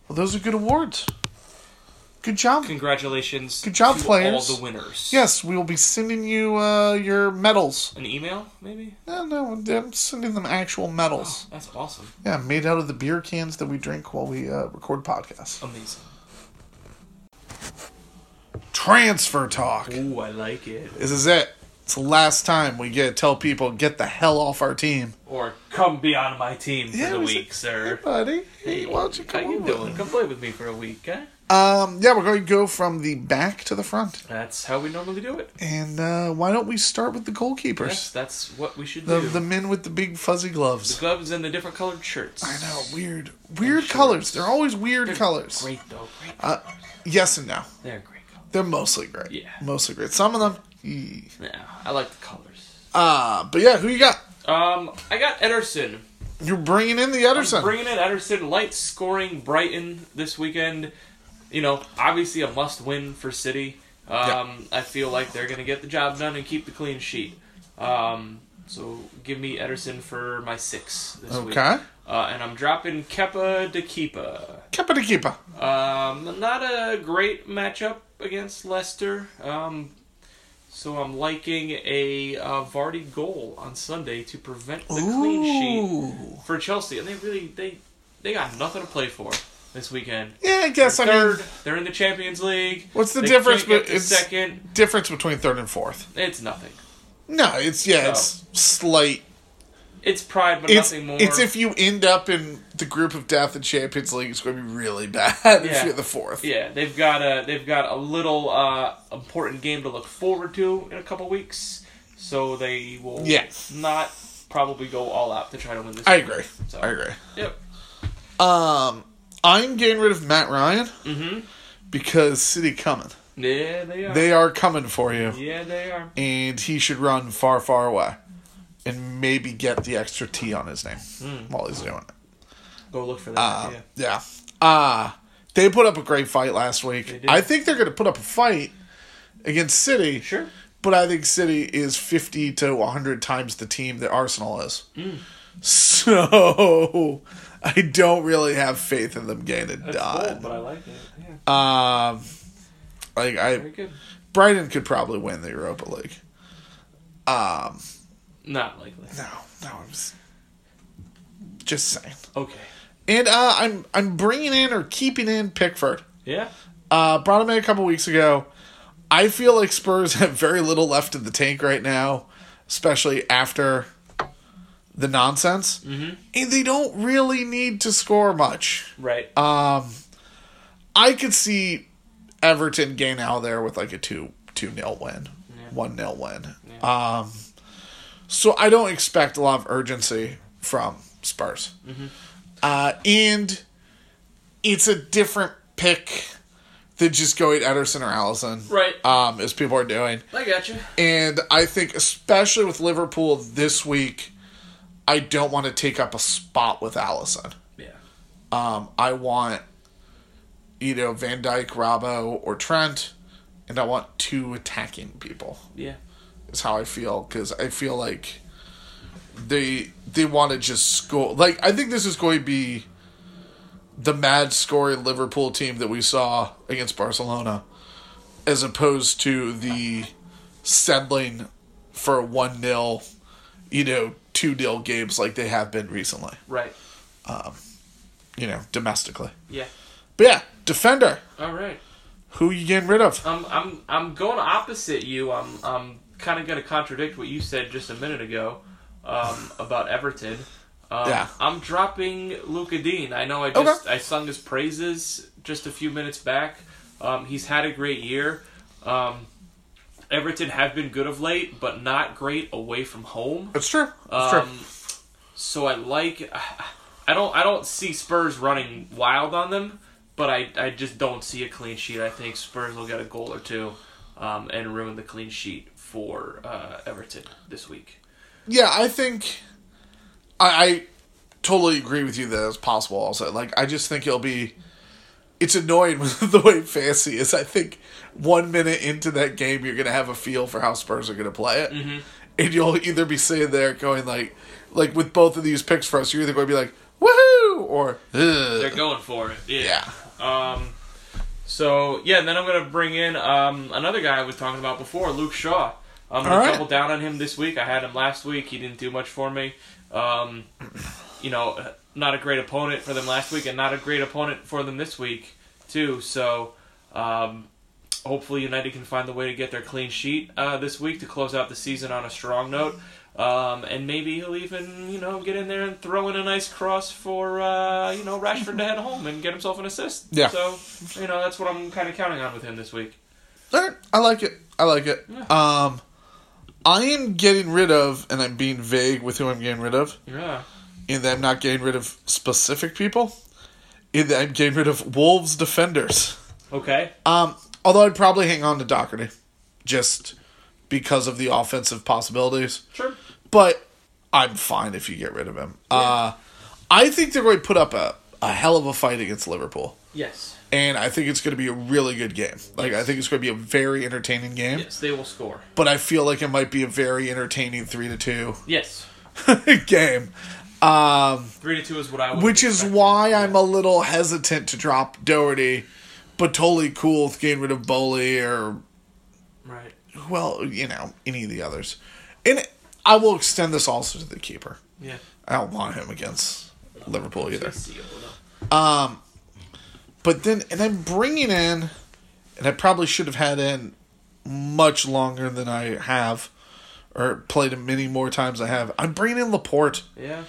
A: those are good awards. Good job.
B: Congratulations.
A: Good job,
B: to
A: players.
B: All the winners.
A: Yes, we will be sending you uh, your medals.
B: An email, maybe.
A: No, no, I'm sending them actual medals.
B: That's awesome.
A: Yeah, made out of the beer cans that we drink while we uh, record podcasts.
B: Amazing.
A: Transfer talk.
B: Ooh, I like it.
A: This is it. It's the last time we get to tell people get the hell off our team.
B: Or come be on my team for
A: Yeah,
B: the
A: we said-
B: week, sir.
A: Buddy, hey, why don't you come
B: How you
A: over?
B: doing? Come play with me for a week, eh? huh?
A: Um, yeah, we're going to go from the back to the front,
B: That's how we normally do it.
A: and uh, why don't we start with the
B: Yes,
A: goalkeepers,
B: that's what we should
A: the
B: do.
A: the men with the big fuzzy gloves.
B: gloves and the different colored shirts.
A: I know, weird, weird colors. They're always weird colors.
B: Great though. Great.
A: Uh, yes and no.
B: They're great colors.
A: They're mostly great.
B: Yeah.
A: Mostly great. Some of them. eh.
B: Yeah, I like the colors.
A: Uh, but yeah, who you got?
B: Um, I got Ederson.
A: You're bringing in the Ederson.
B: Bringing in Ederson, light scoring Brighton this weekend. You know, obviously a must win for City. Um, I feel like they're going to get the job done and keep the clean sheet. Um, so give me Ederson for my six this week.
A: Okay.
B: Uh, and I'm dropping Kepa de Kepa.
A: Kepa de Kepa.
B: Um, not a great matchup against Leicester. Um, so I'm liking a uh, Vardy goal on Sunday to prevent the clean sheet
A: Ooh.
B: for Chelsea, and they really they they got nothing to play for this weekend.
A: Yeah, I guess I mean
B: Third, they're in the Champions League.
A: What's the
B: They
A: difference
B: Can't get
A: be-
B: to
A: it's-
B: second,
A: difference between third and fourth.
B: it's nothing.
A: No, it's yeah, it's slight.
B: It's pride, but
A: It's
B: nothing more.
A: it's if you end up in the group of death in Champions League, it's going to be really bad if
B: Yeah.
A: you're the fourth.
B: yeah, they've got a they've got a little uh, important game to look forward to in a couple weeks, so they will
A: Yeah.
B: not probably go all out to try to win this.
A: I
B: game.
A: agree.
B: So,
A: I agree.
B: Yep.
A: Um, I'm getting rid of Matt Ryan
B: Mm-hmm.
A: because City coming.
B: Yeah, they are.
A: They are coming for you.
B: yeah, they are.
A: and he should run far, far away, and maybe get the extra T on his name
B: Hmm.
A: while he's doing it.
B: Go look for that.
A: Um,
B: yeah.
A: yeah, uh, they put up a great fight last week.
B: did.
A: I think they're going to put up a fight against City.
B: Sure.
A: but I think City is fifty to hundred times the team that Arsenal is. So I don't really have faith in them getting it
B: That's bold,
A: done.
B: but I like it. Yeah,
A: Um, like
B: very
A: I,
B: good.
A: Brighton could probably win the Europa League.
B: Not likely.
A: No, no, I was just saying.
B: Okay.
A: And uh, I'm I'm bringing in or keeping in Pickford.
B: Yeah.
A: Uh, brought him in a couple weeks ago. I feel like Spurs have very little left in the tank right now, especially after the nonsense. Mm-hmm. And they don't really need to score much.
B: Right.
A: I could see Everton gain out of there with like a two two nil win, one nil win. Um, so I don't expect a lot of urgency from Spurs, uh, and it's a different pick than just going Ederson or Allison,
B: Right.
A: Um, as people are doing,
B: I got you.
A: and I think especially with Liverpool this week, I don't want to take up a spot with Allison.
B: Yeah.
A: Um, I want, you know, Van Dyke, Robbo, or Trent, and I want two attacking people.
B: Yeah.
A: Is how I feel because I feel like they they want to just score. Like I think this is going to be the mad scoring Liverpool team that we saw against Barcelona, as opposed to the settling for one 0 you know, two 0 games like they have been recently.
B: Right.
A: You know, domestically.
B: Yeah.
A: But yeah, defender.
B: All right.
A: Who you getting rid of?
B: I'm I'm I'm going opposite you. I'm I'm kind of going to contradict what you said just a minute ago. um, about Everton. Um,
A: Yeah.
B: I'm dropping Luca Dean. I know I just I sung his praises just a few minutes back. Um, he's had a great year. Um, Everton have been good of late, but not great away from home.
A: It's true. It's true.
B: Um, so I like. I don't. I don't see Spurs running wild on them, but I. I just don't see a clean sheet. I think Spurs will get a goal or two, um, and ruin the clean sheet for uh, Everton this week.
A: Yeah, I think I, I totally agree with you that it's possible. Also, like I just think it'll be. It's annoying with the way fancy is. I think one minute into that game, you're gonna have a feel for how Spurs are gonna play it,
B: Mm-hmm.
A: and you'll either be sitting there going like, like with both of these picks for us, you're either going to be like woohoo or
B: They're
A: Ugh.
B: going for it.
A: yeah,
B: Um, so yeah, and then I'm gonna bring in um, another guy I was talking about before, Luke Shaw. Um, I'm gonna
A: All right.
B: double down on him this week. I had him last week. He didn't do much for me. Um, you know, not a great opponent for them last week, and not a great opponent for them this week too. So um, hopefully, United can find the way to get their clean sheet uh, this week to close out the season on a strong note. Um, and maybe he'll even, you know, get in there and throw in a nice cross for, uh, you know, Rashford to head home and get himself an assist.
A: Yeah.
B: So, you know, that's what I'm kind of counting on with him this week.
A: All right, I like it. I like it. Um, I am getting rid of, and I'm being vague with who I'm getting rid of.
B: Yeah.
A: in that I'm not getting rid of specific people, in that I'm getting rid of Wolves defenders.
B: Okay.
A: Um, although I'd probably hang on to Doherty just because of the offensive possibilities.
B: Sure.
A: But I'm fine if you get rid of him. Uh, I think they're going to put up a, a hell of a fight against Liverpool.
B: Yes.
A: And I think it's going to be a really good game. Like, I think it's going to be a very entertaining game.
B: Yes, they will score.
A: But I feel like it might be a very entertaining 3 to 2
B: Yes.
A: game.
B: Three to two is what I would.
A: Which is
B: expect.
A: why I'm a little hesitant to drop Doherty, but totally cool with getting rid of Bowley or,
B: Right.
A: well, you know, any of the others. And I will extend this also to the keeper.
B: Yeah.
A: I don't want him against Liverpool either.
B: Let's see. Hold on.
A: But then, and I'm bringing in, and I probably should have had in much longer than I have, or played him many more times I have. I'm bringing in Laporte.
B: Yeah.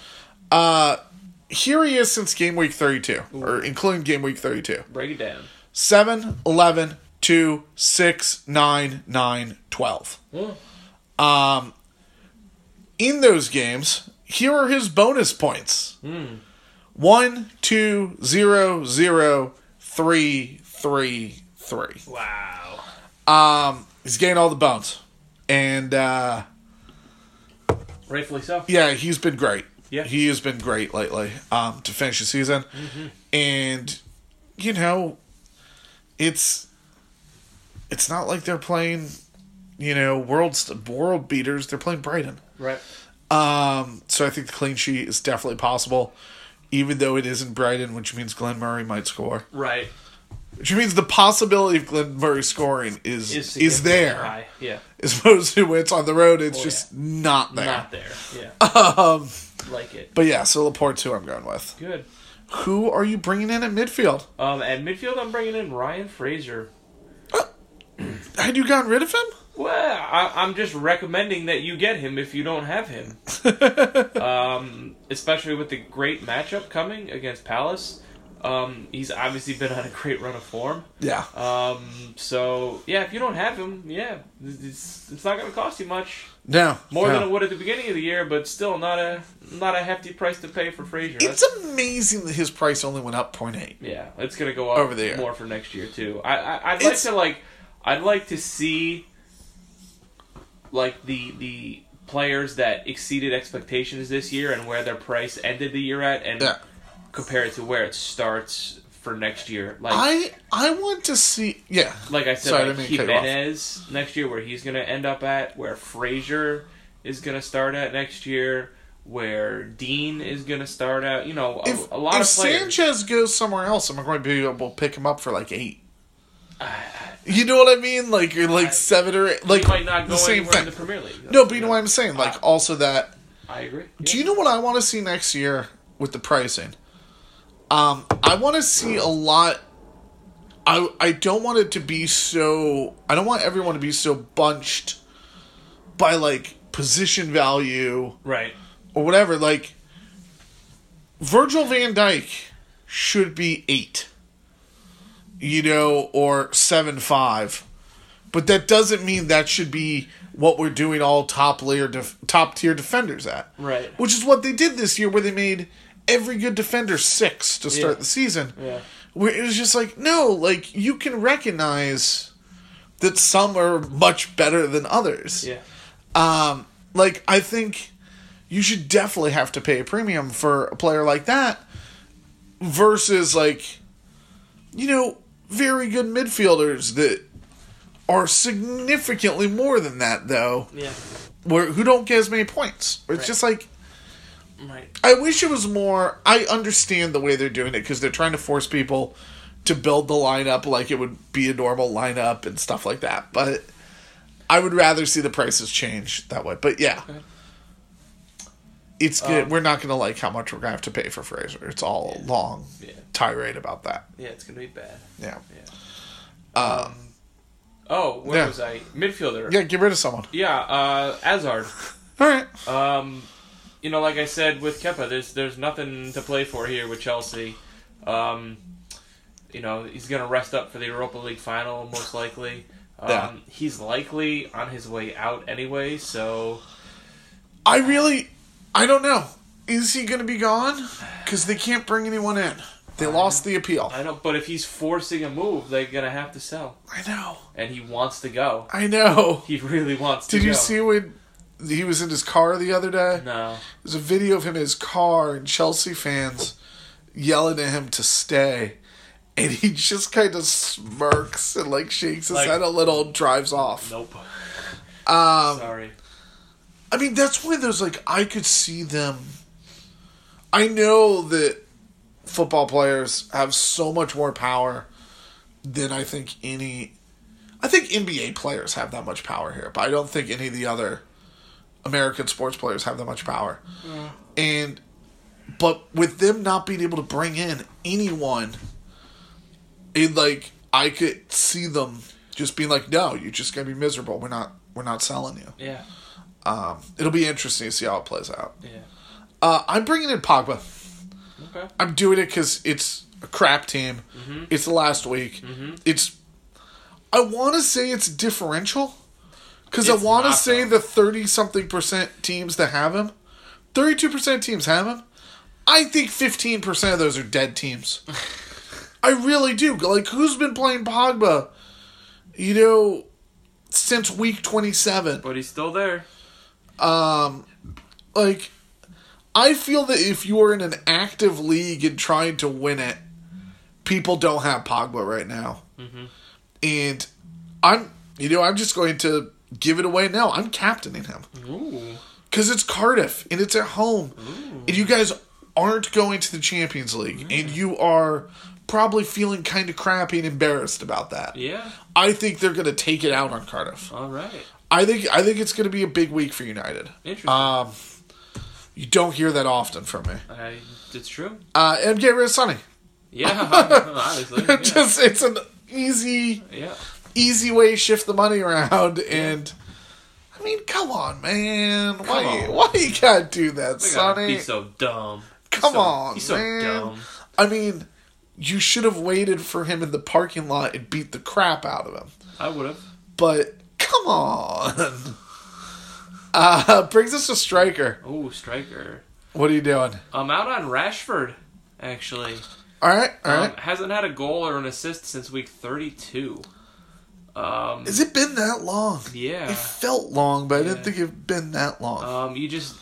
A: Here he is since game week 32, or including game week 32.
B: Break it down.
A: 7, 11, 2, 6, 9, 9, 12.
B: Yeah.
A: Um, In those games, here are his bonus points one, two, zero, zero, three, three, three. Um,
B: Wow.
A: He's gained all the bones. And uh,
B: Rightfully so.
A: yeah, he's been great.
B: Yeah.
A: He has been great lately um, to finish the season.
B: Mm-hmm.
A: And, you know, it's it's not like they're playing, you know, world, st- world beaters. They're playing Brighton.
B: Right.
A: Um, so I think the clean sheet is definitely possible, even though it isn't Brighton, which means Glenn Murray might score.
B: Right.
A: Which means the possibility of Glenn Murray scoring is is,
B: significantly
A: there.
B: high. Yeah.
A: As opposed to when it's on the road, it's
B: Oh,
A: just not there.
B: Not there. Yeah. Um. Like it.
A: But yeah, so Laporte's who I'm going with.
B: Good.
A: Who are you bringing in at midfield?
B: Um. At midfield, I'm bringing in Ryan Fraser.
A: Had you gotten rid of him?
B: Well, I, I'm just recommending that you get him if you don't have him. um, especially with the great matchup coming against Palace. Um, he's obviously been on a great run of form.
A: Yeah.
B: Um, so yeah, if you don't have him, yeah, it's, it's not going to cost you much
A: No.
B: more
A: no.
B: than it would at the beginning of the year, but still not a not a hefty price to pay for Frazier.
A: It's amazing that his price only went up 0.8.
B: Yeah, it's gonna go up
A: Over the air.
B: more for next year too. I, I I'd
A: It's-
B: like to like I'd like to see like the the players that exceeded expectations this year and where their price ended the year at and
A: Yeah.
B: compare it to where it starts for next year. Like
A: I I want to see. Yeah.
B: like I said,
A: Sorry, I
B: like
A: didn't mean to cut you off.
B: Jimenez next year, where he's going to end up at, where Frazier is going to start at next year, where Dean is going to start at. You know, a,
A: If,
B: a lot
A: if
B: of players.
A: Sanchez goes somewhere else, I'm going to be able to pick him up for like eight. You know what I mean? Like you're like seven or eight. Like
B: he might not go
A: the same
B: anywhere
A: thing.
B: in the Premier League.
A: no, but you know what I'm saying. Like also that.
B: I agree.
A: Do you know what I want to see next year with the pricing? Um, I want to see a lot. I I don't want it to be so. I don't want everyone to be so bunched by like position value
B: Right.
A: or whatever. Like Virgil Van Dyke should be eight, you know, or seven five, but that doesn't mean that should be what we're doing all top layer def- top tier defenders at.
B: Right.
A: Which is what they did this year, where they made every good defender six to start
B: Yeah.
A: the season.
B: Yeah.
A: Where it was just like, no, like you can recognize that some are much better than others.
B: Yeah.
A: Um, like I think you should definitely have to pay a premium for a player like that versus like you know very good midfielders that are significantly more than that though
B: Yeah.
A: where who don't get as many points it's
B: Right.
A: just like
B: Right.
A: i wish it was more i understand the way they're doing it because they're trying to force people to build the lineup like it would be a normal lineup and stuff like that but i would rather see the prices change that way but yeah it's good we're not gonna like how much we're gonna have to pay for fraser it's all a long
B: Yeah.
A: tirade about that
B: Yeah, it's gonna be bad.
A: yeah
B: Oh, where
A: Yeah.
B: was I? Midfielder.
A: yeah get rid of someone
B: Yeah, uh, Azard.
A: all right
B: Um, you know, like I said with Kepa, there's there's nothing to play for here with Chelsea. Um, you know, he's gonna rest up for the Europa League final most likely. Um,
A: Yeah.
B: He's likely on his way out anyway, so
A: i really i don't know is he gonna be gone because they can't bring anyone in they lost the appeal
B: I know. But if he's forcing a move, they're gonna have to sell,
A: i know
B: and he wants to go.
A: I know.
B: He really wants to.
A: Did you
B: go.
A: see when he was in his car the other day?
B: No.
A: There's a video of him in his car and Chelsea fans yelling at him to stay. And he just kind of smirks and like shakes his
B: Like-
A: head a little and drives off.
B: Nope.
A: Um,
B: Sorry.
A: I mean, that's one of those like I could see them. I know that football players have so much more power than I think any. I think NBA players have that much power here, but I don't think any of the other American sports players have that much power. And but with them not being able to bring in anyone, it like I could see them just being like, "No, you're just gonna be miserable. We're not. We're not selling you."
B: Yeah.
A: It'll be interesting to see how it plays out.
B: Yeah.
A: Uh, I'm bringing in Pogba.
B: Okay.
A: I'm doing it because it's a crap team.
B: Mm-hmm.
A: It's the last week. It's. I want to say it's differential because I
B: It's
A: want to
B: not,
A: say
B: though.
A: the 30 something percent teams that have him, 32% teams have him. I think 15% of those are dead teams. I really do. Like, who's been playing Pogba, you know, since week 27?
B: But he's still there.
A: like I feel that if you are in an active league and trying to win it, people don't have Pogba right now. And I'm, you know, I'm just going to give it away now. I'm captaining him
B: Mm-hmm. Ooh.
A: because it's Cardiff and it's at home, and you guys aren't going to the Champions League, and you are probably feeling kind of crappy and embarrassed about that.
B: Yeah.
A: I think they're going to take it out on Cardiff.
B: All right.
A: I think I think it's going to be a big week for United.
B: Interesting.
A: Um, you don't hear that often from me.
B: I, it's true.
A: Uh, and get rid of Sonny.
B: Yeah, obviously. Yeah.
A: Just it's an easy,
B: yeah.
A: easy way to shift the money around. And I mean, come on, man. why
B: on.
A: why you gotta do that,
B: Look at him.
A: Sonny?
B: He's so dumb. He's
A: come
B: so-
A: on,
B: He's so
A: man.
B: dumb.
A: I mean, you should have waited for him in the parking lot and beat the crap out of him.
B: I would have.
A: But come on. Uh, brings us to striker.
B: Oh, striker.
A: What are you doing?
B: I'm out on Rashford, actually.
A: All right, all right.
B: Um, hasn't had a goal or an assist since week 32. Um,
A: Has it been that long?
B: yeah.
A: It felt long, but I didn't
B: Yeah.
A: think it'd been that long.
B: Um, you just,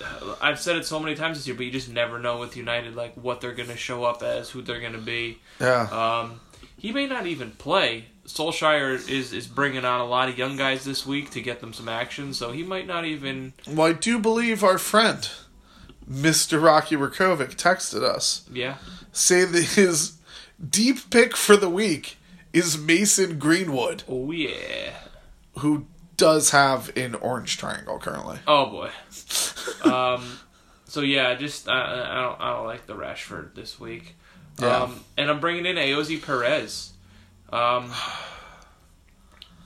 B: I've said it so many times this year, but you just never know with United, like, what they're going to show up as, who they're going to be.
A: yeah.
B: Um, he may not even play. Solskjaer is, is bringing on a lot of young guys this week to get them some action, so he might not even.
A: Well, I do believe our friend, Mr. Rocky Rakovic, texted us
B: Yeah.
A: saying that his deep pick for the week is Mason Greenwood,
B: Oh, yeah.
A: who does have an orange triangle currently.
B: Oh, boy. um, so, yeah, just, I, I, don't, I don't like the Rashford this week.
A: Yeah.
B: Um, and I'm bringing in Aozi Perez. Um,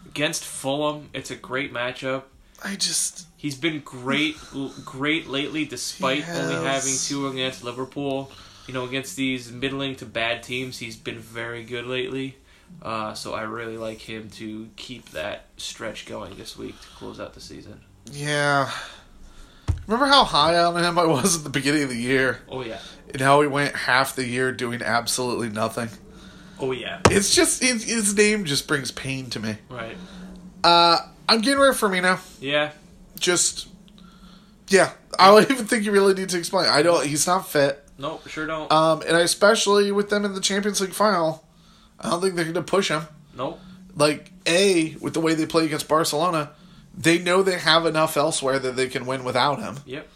B: against Fulham, it's a great matchup.
A: I just
B: He's been great, l- great lately, despite
A: He
B: only having
A: has.
B: two against Liverpool. You know, against these middling to bad teams, he's been very good lately. Uh, so I really like him to keep that stretch going this week to close out the season.
A: yeah. Remember how high on him I was at the beginning of the year,
B: Oh yeah,
A: and how he went half the year doing absolutely nothing.
B: oh yeah,
A: It's just his, his name just brings pain to me.
B: right,
A: Uh, I'm getting rid of Firmino.
B: yeah,
A: Just yeah, I don't even think you really need to explain. I don't. He's not fit.
B: nope, sure don't,
A: Um, and I especially with them in the Champions League final, I don't think they're going to push him.
B: nope,
A: Like a with the way they play against Barcelona, they know they have enough elsewhere that they can win without him.
B: yep,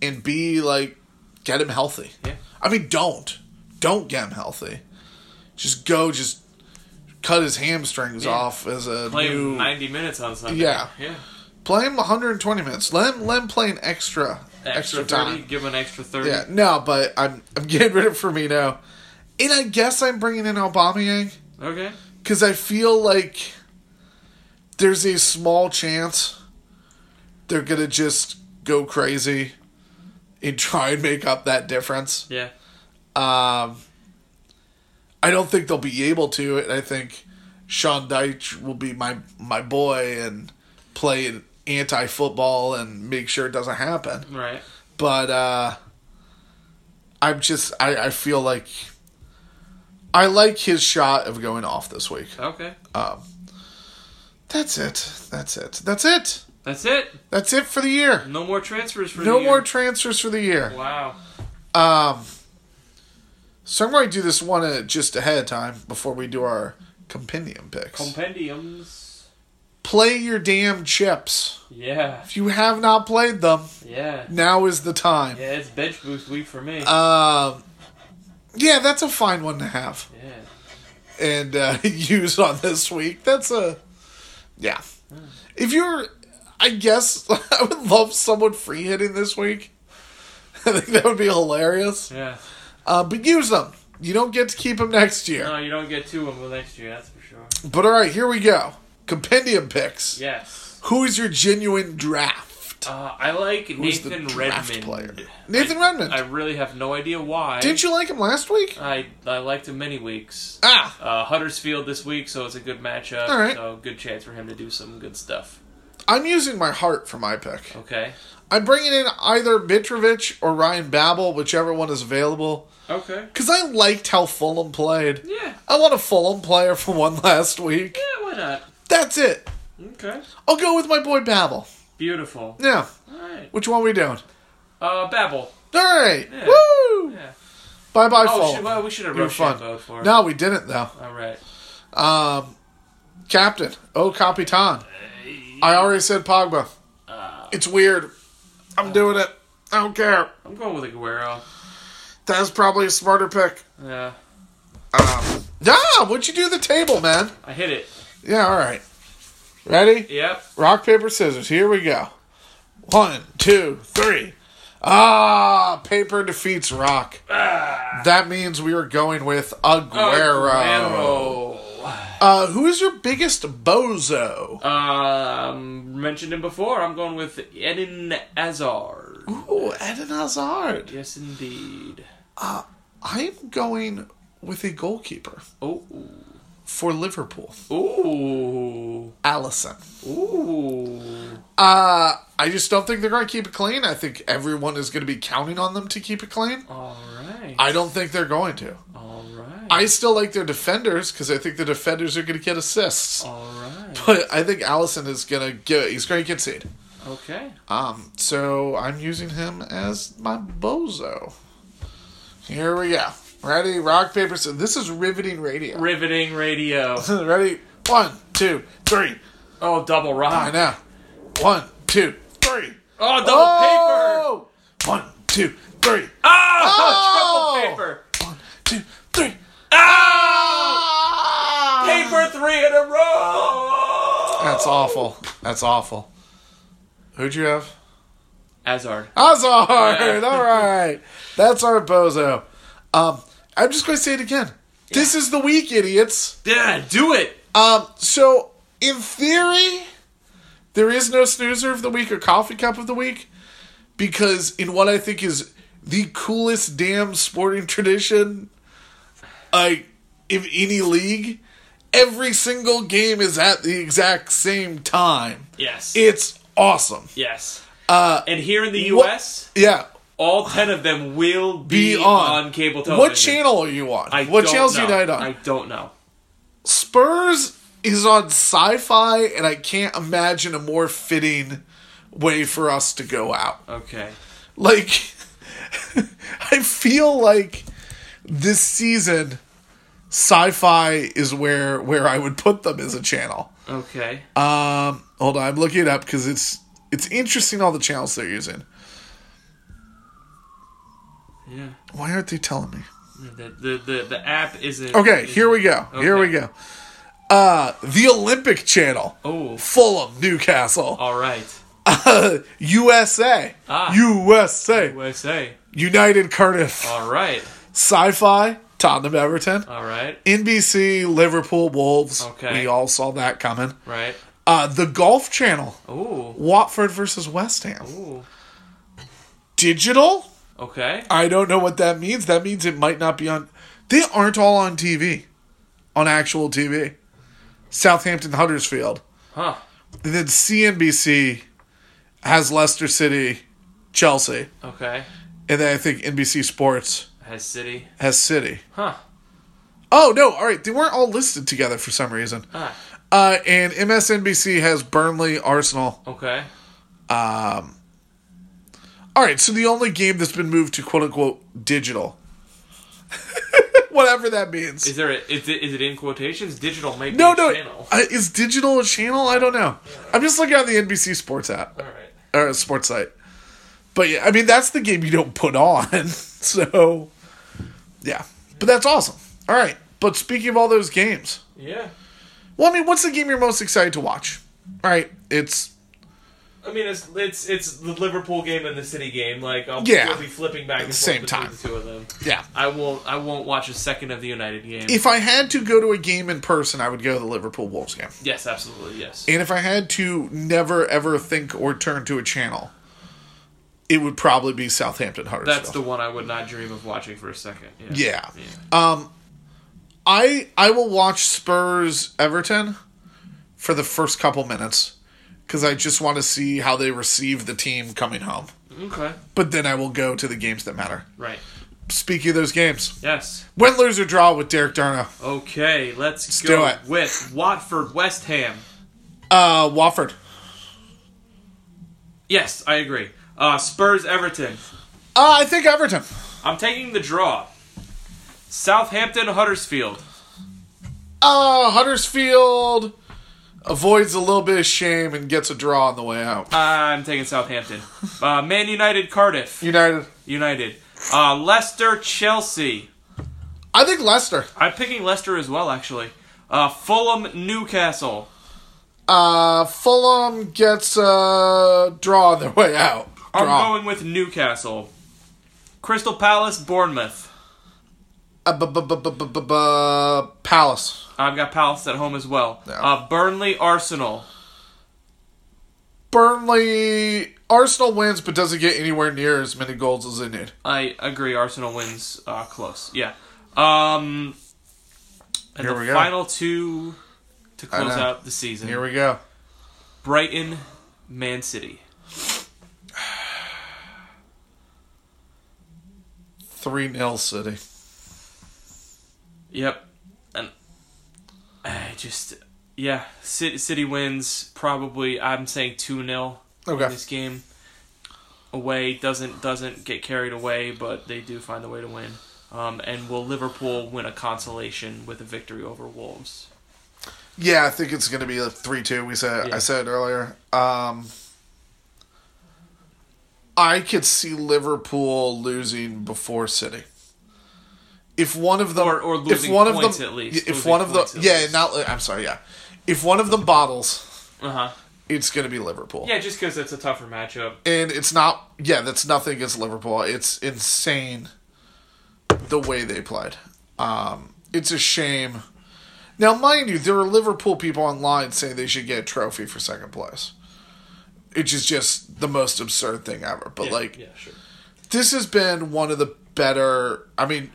A: And b like get him healthy.
B: yeah,
A: I mean, don't don't get him healthy. Just go. Just cut his hamstrings
B: Yeah.
A: off as a
B: play
A: new.
B: ninety minutes on Sunday.
A: Yeah.
B: yeah,
A: Play him 120 minutes. Let him let him play an extra extra,
B: extra,
A: time.
B: 30, give him an extra thirty.
A: Yeah, no, but I'm I'm getting rid of Firmino, and I guess I'm bringing in Aubameyang
B: Okay,
A: because I feel like there's a small chance they're gonna just go crazy and try and make up that difference.
B: yeah,
A: Um, I don't think they'll be able to, and I think Sean Deitch will be my my boy and play anti football and make sure it doesn't happen
B: right,
A: but uh I'm just I, I feel like I like his shot of going off this week.
B: okay,
A: That's it. That's it. That's it.
B: that's it.
A: That's it for the year.
B: No more transfers for the
A: No
B: year.
A: more transfers for the year.
B: wow.
A: So I'm going to do this one uh, just ahead of time before we do our compendium picks.
B: Compendiums.
A: Play your damn chips.
B: Yeah,
A: If you have not played them,
B: yeah.
A: now is the time.
B: Yeah, it's bench boost week for me.
A: Um, yeah, that's a fine one to have.
B: yeah.
A: and uh, used on this week. That's a yeah. If you're, I guess I would love someone free hitting this week. I think that would be hilarious.
B: Yeah.
A: Uh, but use them. You don't get to keep them next year.
B: No, you don't get two of them next year, that's for sure.
A: But all right, here we go. Compendium picks.
B: Yes.
A: Who is your genuine draft?
B: Uh, I like
A: Who's the
B: Nathan
A: draft
B: Redmond.
A: player? Nathan Redmond.
B: I really have no idea why.
A: Didn't you like him last week?
B: I, I liked him many weeks.
A: Ah,
B: Uh, Huddersfield this week, so it's a good matchup.
A: All right.
B: So good chance for him to do some good stuff.
A: I'm using my heart for my pick.
B: Okay.
A: I'm bringing in either Mitrovic or Ryan Babel, whichever one is available.
B: Okay.
A: Because I liked how Fulham played.
B: Yeah.
A: I want a Fulham player for one last week.
B: Yeah, why not?
A: That's it.
B: Okay.
A: I'll go with my boy Babel.
B: Beautiful.
A: Yeah.
B: Alright.
A: Which one we doing?
B: Uh, Babel.
A: All right.
B: Yeah.
A: Woo!
B: Yeah.
A: Bye bye,
B: Oh,
A: Fulham.
B: should, well, we should have
A: You were
B: rushed
A: fun.
B: vote for
A: No, we didn't, though.
B: Alright.
A: Um, Captain. Oh, Capitan. I already said Pogba.
B: Uh,
A: It's weird. I'm doing it. I don't care.
B: I'm going with Aguero.
A: That's probably a smarter pick.
B: Yeah.
A: Um, ah, what'd you do to the table, man?
B: I hit it.
A: Yeah, all right. Ready?
B: Yep.
A: Rock, paper, scissors. Here we go. One, two, three. Ah, paper defeats rock. That means we are going with Aguero.
B: Aguero.
A: Uh, who is your biggest bozo?
B: Um, mentioned him before. I'm going with Eden Hazard.
A: Ooh, Eden Hazard.
B: Yes, indeed.
A: I'm going with a goalkeeper
B: Oh,
A: for Liverpool,
B: ooh,
A: Allison.
B: ooh.
A: Uh, I just don't think they're going to keep it clean. I think everyone is going to be counting on them to keep it clean.
B: All right.
A: I don't think they're going to.
B: All right.
A: I still like their defenders because I think the defenders are going to get assists.
B: All right.
A: But I think Allison is going to get he's going to concede.
B: Okay.
A: Um, so I'm using him as my bozo. Here we go. Ready? Rock paper scissors. This is riveting radio.
B: Riveting radio.
A: Ready? One, two, three.
B: Oh, double
A: I
B: rock.
A: know. One, two, three.
B: Oh, double paper.
A: Ah. Oh! One, two, three.
B: Ah,
A: Oh!
B: triple paper.
A: One, two, three.
B: Ah,
A: Ah!
B: paper three in a row.
A: That's awful. That's awful. Who'd you have?
B: Hazard.
A: Hazard. All right, that's our bozo. Um, I'm just going to say it again. This is the week, idiots.
B: Yeah, do it.
A: Um, so in theory, There is no snoozer of the week or coffee cup of the week because in what I think is the coolest damn sporting tradition, like if any league, every single game is at the exact same time.
B: Yes.
A: It's awesome.
B: yes. and here in the
A: uh, what-
B: U.S.,
A: Yeah.
B: all ten of them will be,
A: Be on.
B: cable television.
A: What channel are you on?
B: I
A: what
B: don't
A: channels
B: know.
A: are you night on?
B: I don't know.
A: Spurs is on sci-fi, and I can't imagine a more fitting way for us to go out.
B: Okay.
A: Like, I feel like this season, sci-fi is where where I would put them as a channel.
B: Okay.
A: Um, hold on, I'm looking it up because it's it's interesting all the channels they're using.
B: yeah.
A: Why aren't they telling me?
B: The, the the the app isn't.
A: Okay,
B: isn't-
A: here we go. Here we
B: Okay.
A: go. Uh, the Olympic Channel,
B: Oh.
A: Fulham, Newcastle.
B: All right.
A: USA.
B: Oh. Ah.
A: USA.
B: USA.
A: United Cardiff.
B: All right.
A: Sci fi, Tottenham Everton.
B: All right.
A: NBC, Liverpool Wolves.
B: Oh. Okay.
A: We all saw that coming.
B: Right.
A: Uh, the Golf Channel.
B: Ooh.
A: Watford versus West Ham.
B: Ooh.
A: Digital?
B: Okay.
A: I don't know what that means. That means it might not be on. They aren't all on TV, on actual TV. Southampton Huddersfield.
B: Huh.
A: And then CNBC has Leicester City, Chelsea.
B: Okay.
A: And then I think NBC Sports
B: Has City.
A: has City.
B: Huh.
A: Oh no! All right, they weren't all listed together for some reason.
B: Ah.
A: Uh, and MSNBC has Burnley, Arsenal.
B: Okay.
A: All right, so the only game that's been moved to quote unquote digital, whatever that means.
B: Is there a, is it is it in quotations? Digital might be
A: no,
B: a
A: no,
B: channel.
A: uh, is digital a channel? I don't know. I'm just looking at the NBC Sports app
B: All right.
A: or Sports site. But yeah, I mean that's the game you don't put on. so yeah, but that's awesome. All right, but speaking of all those games.
B: Yeah.
A: Well, I mean, what's the game you're most excited to watch? All right, it's
B: I mean, it's it's it's the Liverpool game and the City game. Like, I'll
A: Yeah.
B: we'll be flipping back at
A: the same time.
B: the two of them.
A: yeah.
B: I won't I won't watch a second of the United game.
A: If I had to go to a game in person, I would go to the Liverpool Wolves game.
B: yes, absolutely. Yes.
A: And if I had to never ever think or turn to a channel, it would probably be Southampton Huddersfield.
B: That's the one I would not dream of watching for a second. Yeah.
A: yeah. Um, I I will watch Spurs Everton for the first couple minutes because I just want to see how they receive the team coming home.
B: Okay.
A: But then I will go to the games that matter.
B: Right.
A: Speaking of those games.
B: Yes.
A: Win, lose, or draw with Derek Darno.
B: Okay. Let's,
A: do
B: go
A: it.
B: with Watford West Ham.
A: Uh, Wofford.
B: Yes, I agree. Uh, Spurs Everton.
A: Uh, I think Everton.
B: I'm taking the draw. Southampton Huddersfield.
A: Uh, Huddersfield avoids a little bit of shame and gets a draw on the way out.
B: I'm taking Southampton. Uh, Man United Cardiff
A: United.
B: United. Uh, Leicester Chelsea.
A: I think Leicester.
B: I'm picking Leicester as well, actually. Uh, Fulham Newcastle.
A: Uh, Fulham gets a draw on their way out.
B: I'm
A: Draw.
B: going with Newcastle. Crystal Palace Bournemouth.
A: Uh, bu- bu- bu- bu- bu- bu- bu- Palace.
B: I've got Palace at home as well.
A: Yeah.
B: Uh, Burnley Arsenal.
A: Burnley. Arsenal wins, but doesn't get anywhere near as many goals as they need.
B: I agree. Arsenal wins uh, close. Yeah. Um, and
A: Here
B: the
A: we go.
B: final two to close
A: know.
B: out the season.
A: Here we go.
B: Brighton, Man City.
A: 3 0 City.
B: Yep. And I just yeah, City, City wins probably. I'm saying two 0
A: Okay.
B: this game. Away doesn't doesn't get carried away, but they do find a way to win. Um, and will Liverpool win a consolation with a victory over Wolves?
A: Yeah, I think it's going to be a three-two. We said
B: Yeah.
A: I said earlier. Um, I could see Liverpool losing before City. If one of them,
B: Or- or losing
A: if one
B: points
A: of them,
B: at least.
A: if
B: Losing
A: one of them,
B: points at
A: yeah,
B: least.
A: not. I'm sorry, yeah. If one of them bottles,
B: Uh huh.
A: it's going to be Liverpool.
B: Yeah, just because it's a tougher matchup.
A: and it's not. Yeah, that's nothing against Liverpool. It's insane the way they played. Um, it's a shame. Now, mind you, there are Liverpool people online saying they should get a trophy for second place. which is just the most absurd thing ever. But
B: Yeah,
A: like
B: yeah, sure.
A: this has been one of the better. I mean,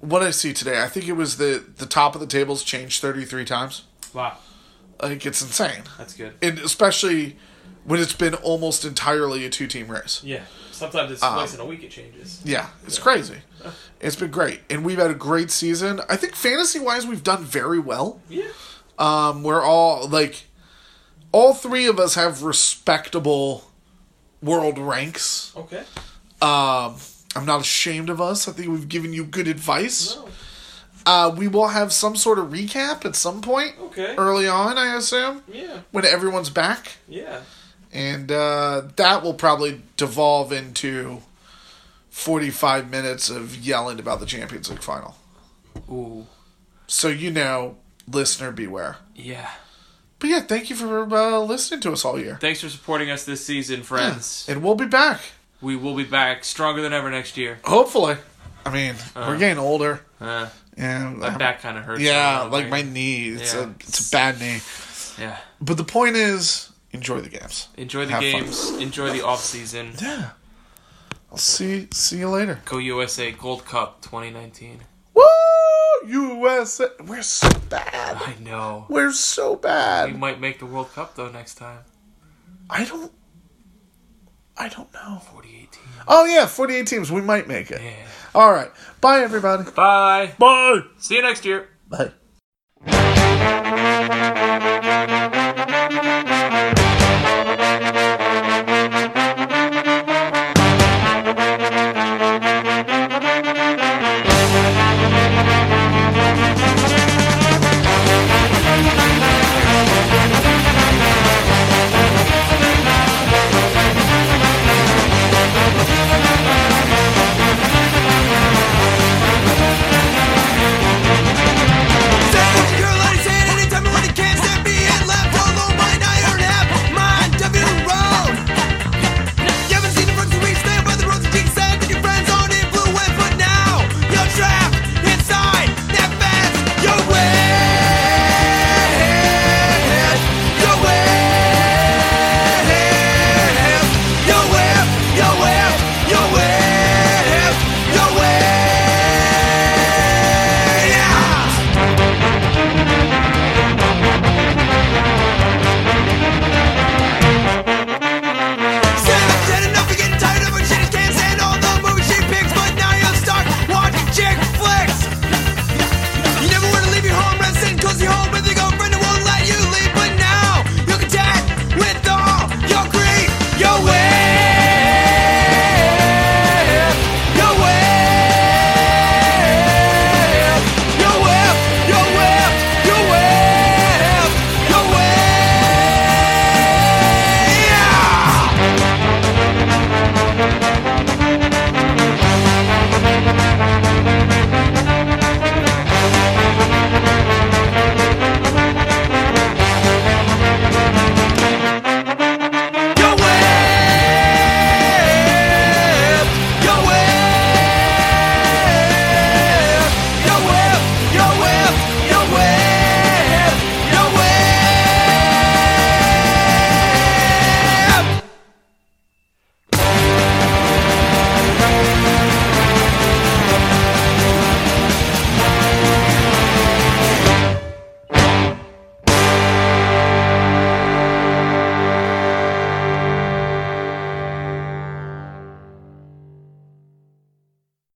A: what I see today, I think it was the the top of the tables changed thirty three times.
B: Wow,
A: Like it's insane,
B: that's good.
A: and especially when it's been almost entirely a two team race.
B: Yeah, sometimes it's twice in a week it changes.
A: Yeah, it's crazy. It's been great, and we've had a great season. I think fantasy wise, we've done very well.
B: Yeah,
A: Um, we're all like, all three of us have respectable world ranks.
B: okay.
A: Um, I'm not ashamed of us. I think we've given you good advice.
B: No.
A: Uh, we will have some sort of recap at some point
B: Okay.
A: early on, I assume,
B: Yeah,
A: when everyone's back.
B: yeah.
A: And uh, that will probably devolve into 45 minutes of yelling about the Champions League final.
B: Ooh,
A: So, you know, listener beware.
B: yeah.
A: But yeah, thank you for uh, listening to us all year.
B: Thanks for supporting us this season, friends.
A: And we'll be back.
B: We will be back stronger than ever next year.
A: Hopefully. I mean, we're getting older.
B: Uh,
A: And
B: Uh-huh.
A: um,
B: my back kind of hurts.
A: Yeah,
B: a little
A: like
B: bit.
A: my knee. It's,
B: Yeah.
A: a, it's a bad knee.
B: Yeah.
A: But the point is, enjoy the games.
B: Enjoy the
A: Have fun.
B: games. Enjoy the off season.
A: Yeah. I'll see see you later.
B: Go USA Gold Cup 2019.
A: Woo! USA. We're so bad.
B: I know.
A: We're so
B: We
A: bad.
B: might make the World Cup though next time.
A: I don't. I don't know.
B: 2018.
A: Oh yeah, 48 teams. We might make it.
B: Yeah.
A: All right. Bye everybody.
B: Bye.
A: Bye.
B: See you next year.
A: Bye.